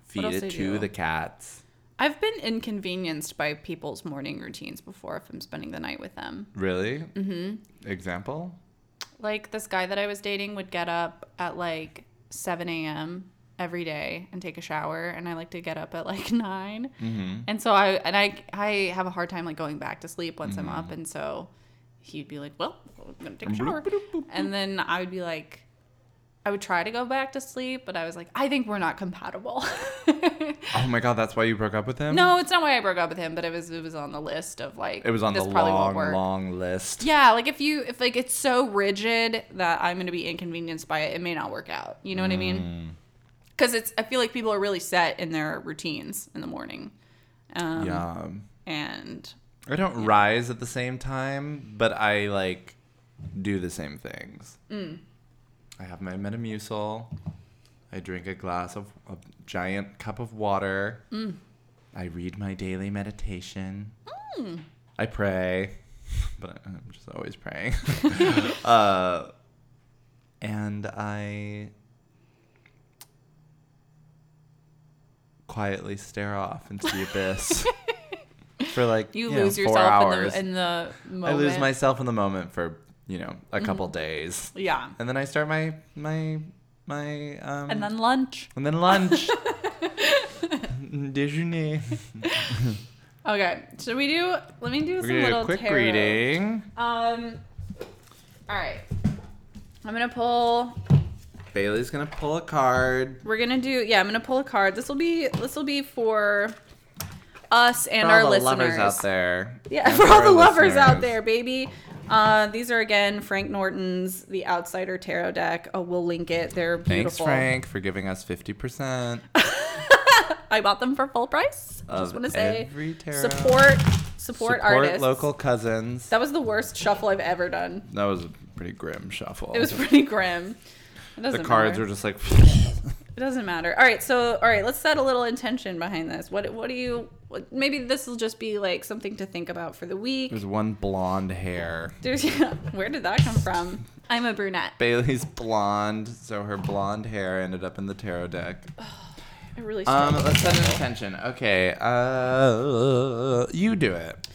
Feed else I it do? to the cats. I've been inconvenienced by people's morning routines before if I'm spending the night with them. Really? Mm-hmm. Example? Like this guy that I was dating would get up at like 7 a.m. every day and take a shower, and I like to get up at like 9 Mm-hmm. And so I and I I have a hard time like going back to sleep once I'm Mm-hmm. up, and so he'd be like, "Well, I'm gonna take a shower," and then I would be like. I would try to go back to sleep, but I was like, I think we're not compatible. Oh my god, that's why you broke up with him? no, it's not why I broke up with him, but it was it was on the list of like It was on this the probably won't long, work. long list. Yeah, like if you if like it's so rigid that I'm going to be inconvenienced by it, it may not work out. You know what I Mm. mean? Cuz it's I feel like people are really set in their routines in the morning. Um Yeah. and I don't rise at the same time, but I like do the same things. Mm. I have my Metamucil. I drink a glass of a giant cup of water. Mm. I read my daily meditation. Mm. I pray, but I'm just always praying. uh, and I quietly stare off into the abyss for like you, know, lose four yourself in hours. the in the I moment. Mm-hmm. lose myself in the moment for you know a couple days, Yeah. and then I start my my my um, And then lunch. and then lunch, déjeuner. Okay. Should we do let me do We're some gonna do little a quick eh? tarot. reading. Um All right. I'm going to pull Bailey's gonna pull a card. We're gonna do yeah. I'm gonna pull a card. This will be this will be for us and For our all the listeners. lovers out there. Yeah, And for all our the lovers out listeners. there, baby. Uh, these are again Frank Norton's The Outsider Tarot deck. Uh, we'll link it. They're Thanks, beautiful. Frank, for giving us fifty percent I bought them for full price. Just of want to say every tarot. support support artists. local cousins. That was the worst shuffle I've ever done. That was a pretty grim shuffle. It was pretty grim. It Oh. the doesn't cards matter. were just like. It doesn't matter. All right, so all right, let's set a little intention behind this. What what do you what, maybe this will just be like something to think about for the week. There's one blonde hair. There's where did that come from? I'm a brunette. Bailey's blonde, so her blonde hair ended up in the tarot deck. I really Um, struggle. let's set an intention. Okay, uh, you do it.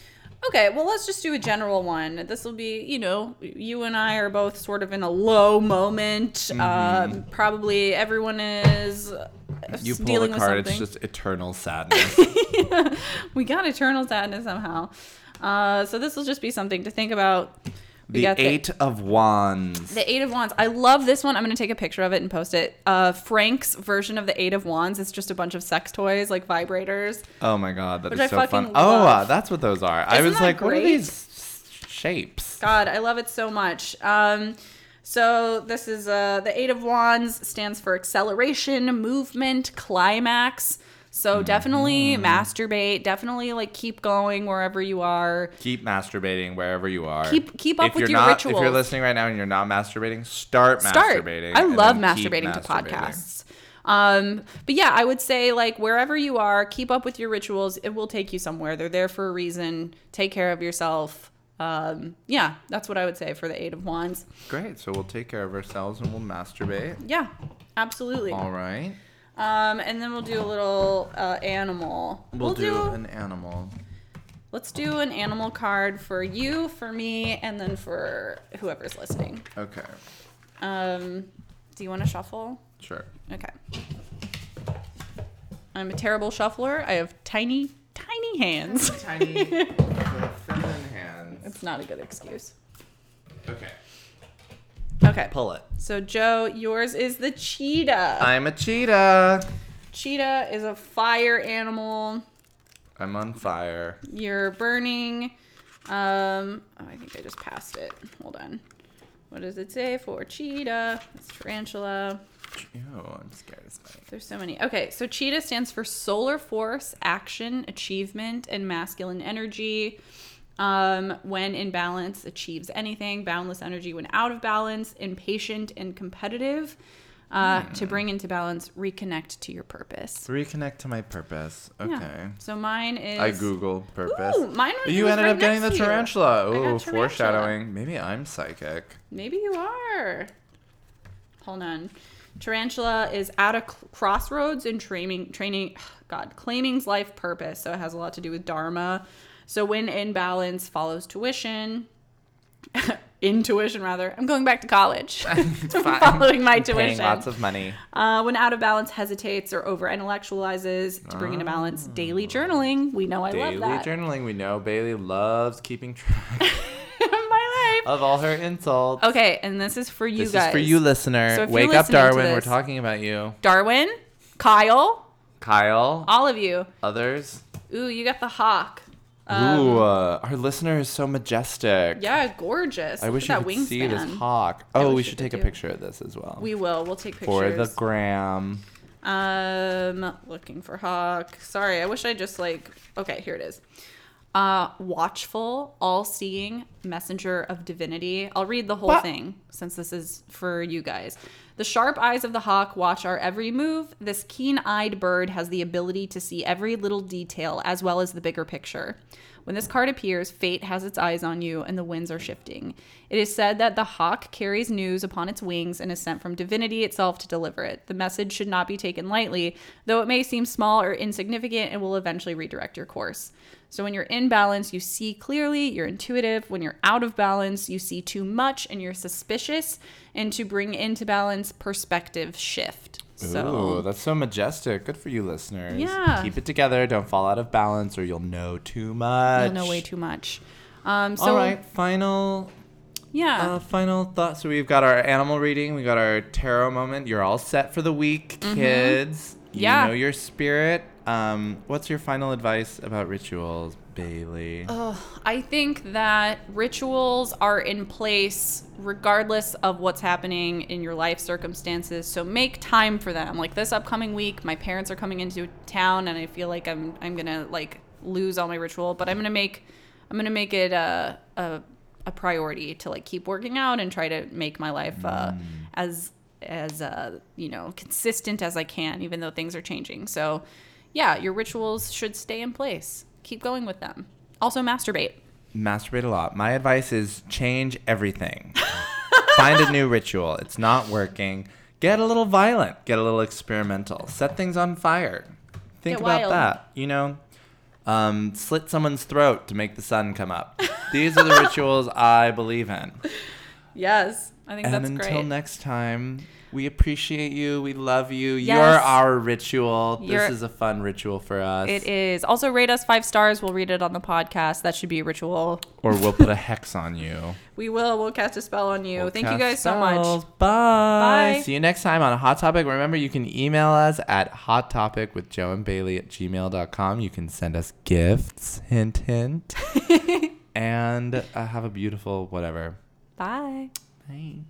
Okay, well, let's just do a general one. This will be, you know, you and I are both sort of in a low moment. Mm-hmm. Um, probably everyone is uh, You s- pull a dealing with card, something. it's just eternal sadness. we got eternal sadness somehow. Uh, so this will just be something to think about. We the got the- Eight of Wands. The Eight of Wands. I love this one. I'm going to take a picture of it and post it. Uh, Frank's version of the Eight of Wands is just a bunch of sex toys, like vibrators. oh my god, that Which I is so fun. fucking Oh, uh, love. that's what those are. I Isn't was that like, what are great? these shapes? God, I love it so much. Um, so this is uh, the Eight of Wands stands for acceleration, movement, climax. Mm-hmm. So definitely masturbate. Definitely like keep going wherever you are. Keep masturbating wherever you are. Keep- keep up if with you're your not, If you're rituals. listening right now and you're not masturbating, start, Start. masturbating. I and love then keep masturbating to masturbating. podcasts. Um, but yeah, I would say like wherever you are, keep up with your rituals. It will take you somewhere. They're there for a reason. Take care of yourself. Um, yeah, that's what I would say for the Eight of Wands. Great. So we'll take care of ourselves and we'll masturbate. Yeah, absolutely. All right. Um, and then we'll do a little uh, animal. We'll, do, an animal. Let's do an animal card for you, for me, and then for whoever's listening. Okay. Um, do you want to shuffle? Sure. Okay. I'm a terrible shuffler. I have tiny, tiny hands. Tiny little feminine hands. It's not a good excuse. Okay. Okay. Pull it. So Joe, yours is the cheetah. I'm a cheetah. cheetah is a fire animal. I'm on fire. You're burning. Um, oh, I think I just passed it. Hold on. What does it say for cheetah? It's tarantula. Ew, I'm scared as fuck. There's so many. Okay, so cheetah stands for solar force, action, achievement, and masculine energy. Um, when in balance, achieves anything. Boundless energy when out of balance, impatient and competitive. Uh, Hmm. To bring into balance, reconnect to your purpose. Reconnect to my purpose. Okay. Yeah. So mine is. I Google purpose. Ooh, mine was- it you was ended right up getting the next to you. tarantula. I got Ooh, tarantula. foreshadowing. Maybe I'm psychic. Maybe you are. Hold on. Tarantula is at a cl- crossroads and training, training, God, claiming's life purpose. So it has a lot to do with Dharma. So when in balance follows tuition, intuition rather. I'm going back to college. fine. Following my Paying tuition. lots of money. Uh, when out of balance, hesitates or over intellectualizes to bring into balance. Daily journaling. We know I Ah. Daily love that. journaling. We know Bailey loves keeping track My life. of all her insults. Okay, and this is for you Oh. this guys. is for you, listener. So if you're Wake listening up, to Darwin. We're this- talking about you. Darwin, Kyle, Kyle, all of you. others. Ooh, you got the hawk. Um, Ooh, uh, our listener is so majestic. Yeah, gorgeous. I Look wish you at could that wingspan. see this hawk. Oh, wish we you should could take a too. picture of this as well. We will. We'll take for the pictures. gram. um, looking for hawk. Sorry, I wish I just like. Okay, here it is. Uh, watchful, all-seeing, messenger of divinity. I'll read the whole What? thing since this is for you guys. The sharp eyes of the hawk watch our every move. This keen-eyed bird has the ability to see every little detail as well as the bigger picture. When this card appears, fate has its eyes on you and the winds are shifting. It is said that the hawk carries news upon its wings and is sent from divinity itself to deliver it. The message should not be taken lightly, though it may seem small or insignificant and will eventually redirect your course. So when you're in balance, you see clearly, you're intuitive. When you're out of balance, you see too much and you're suspicious. And to bring into balance, perspective shift. Ooh, So that's so majestic. Good for you, listeners. Yeah. Keep it together. Don't fall out of balance or you'll know too much. you'll know way too much. Um, so All right, final yeah. uh, final thought. So we've got our animal reading, we got our tarot moment. You're all set for the week, kids. You Yeah. know your spirit. Um, what's your final advice about rituals, Bailey? Uh, I think that rituals are in place regardless of what's happening in your life circumstances. So make time for them. Like this upcoming week, my parents are coming into town and I feel like I'm I'm going to like lose all my ritual, but I'm going to make I'm going to make it a, a a priority to like keep working out and try to make my life uh, Mm. as as uh, you know, consistent as I can even though things are changing. So yeah, your rituals should stay in place. Keep going with them. Also, masturbate. Masturbate a lot. My advice is change everything. Find a new ritual. It's not working. Get a little violent. Get a little experimental. Set things on fire. Think Get about wild. that. You know, um, slit someone's throat to make the sun come up. These are the rituals I believe in. Yes, I think and that's until great. next time, we appreciate you. We love you. You're Yes. our ritual. You're- this is a fun ritual for us. it is. Also, rate us five stars. We'll read it on the podcast. That should be a ritual. Or we'll put a hex on you. We will. We'll cast a spell on you. We'll Thank you cast guys so spells. much. Bye. Bye. See you next time on a Hot Topic. Remember, you can email us at hot topic with Joe and Bailey at gmail.com. You can send us gifts, hint, hint. and uh, have a beautiful whatever. Bye. Bye.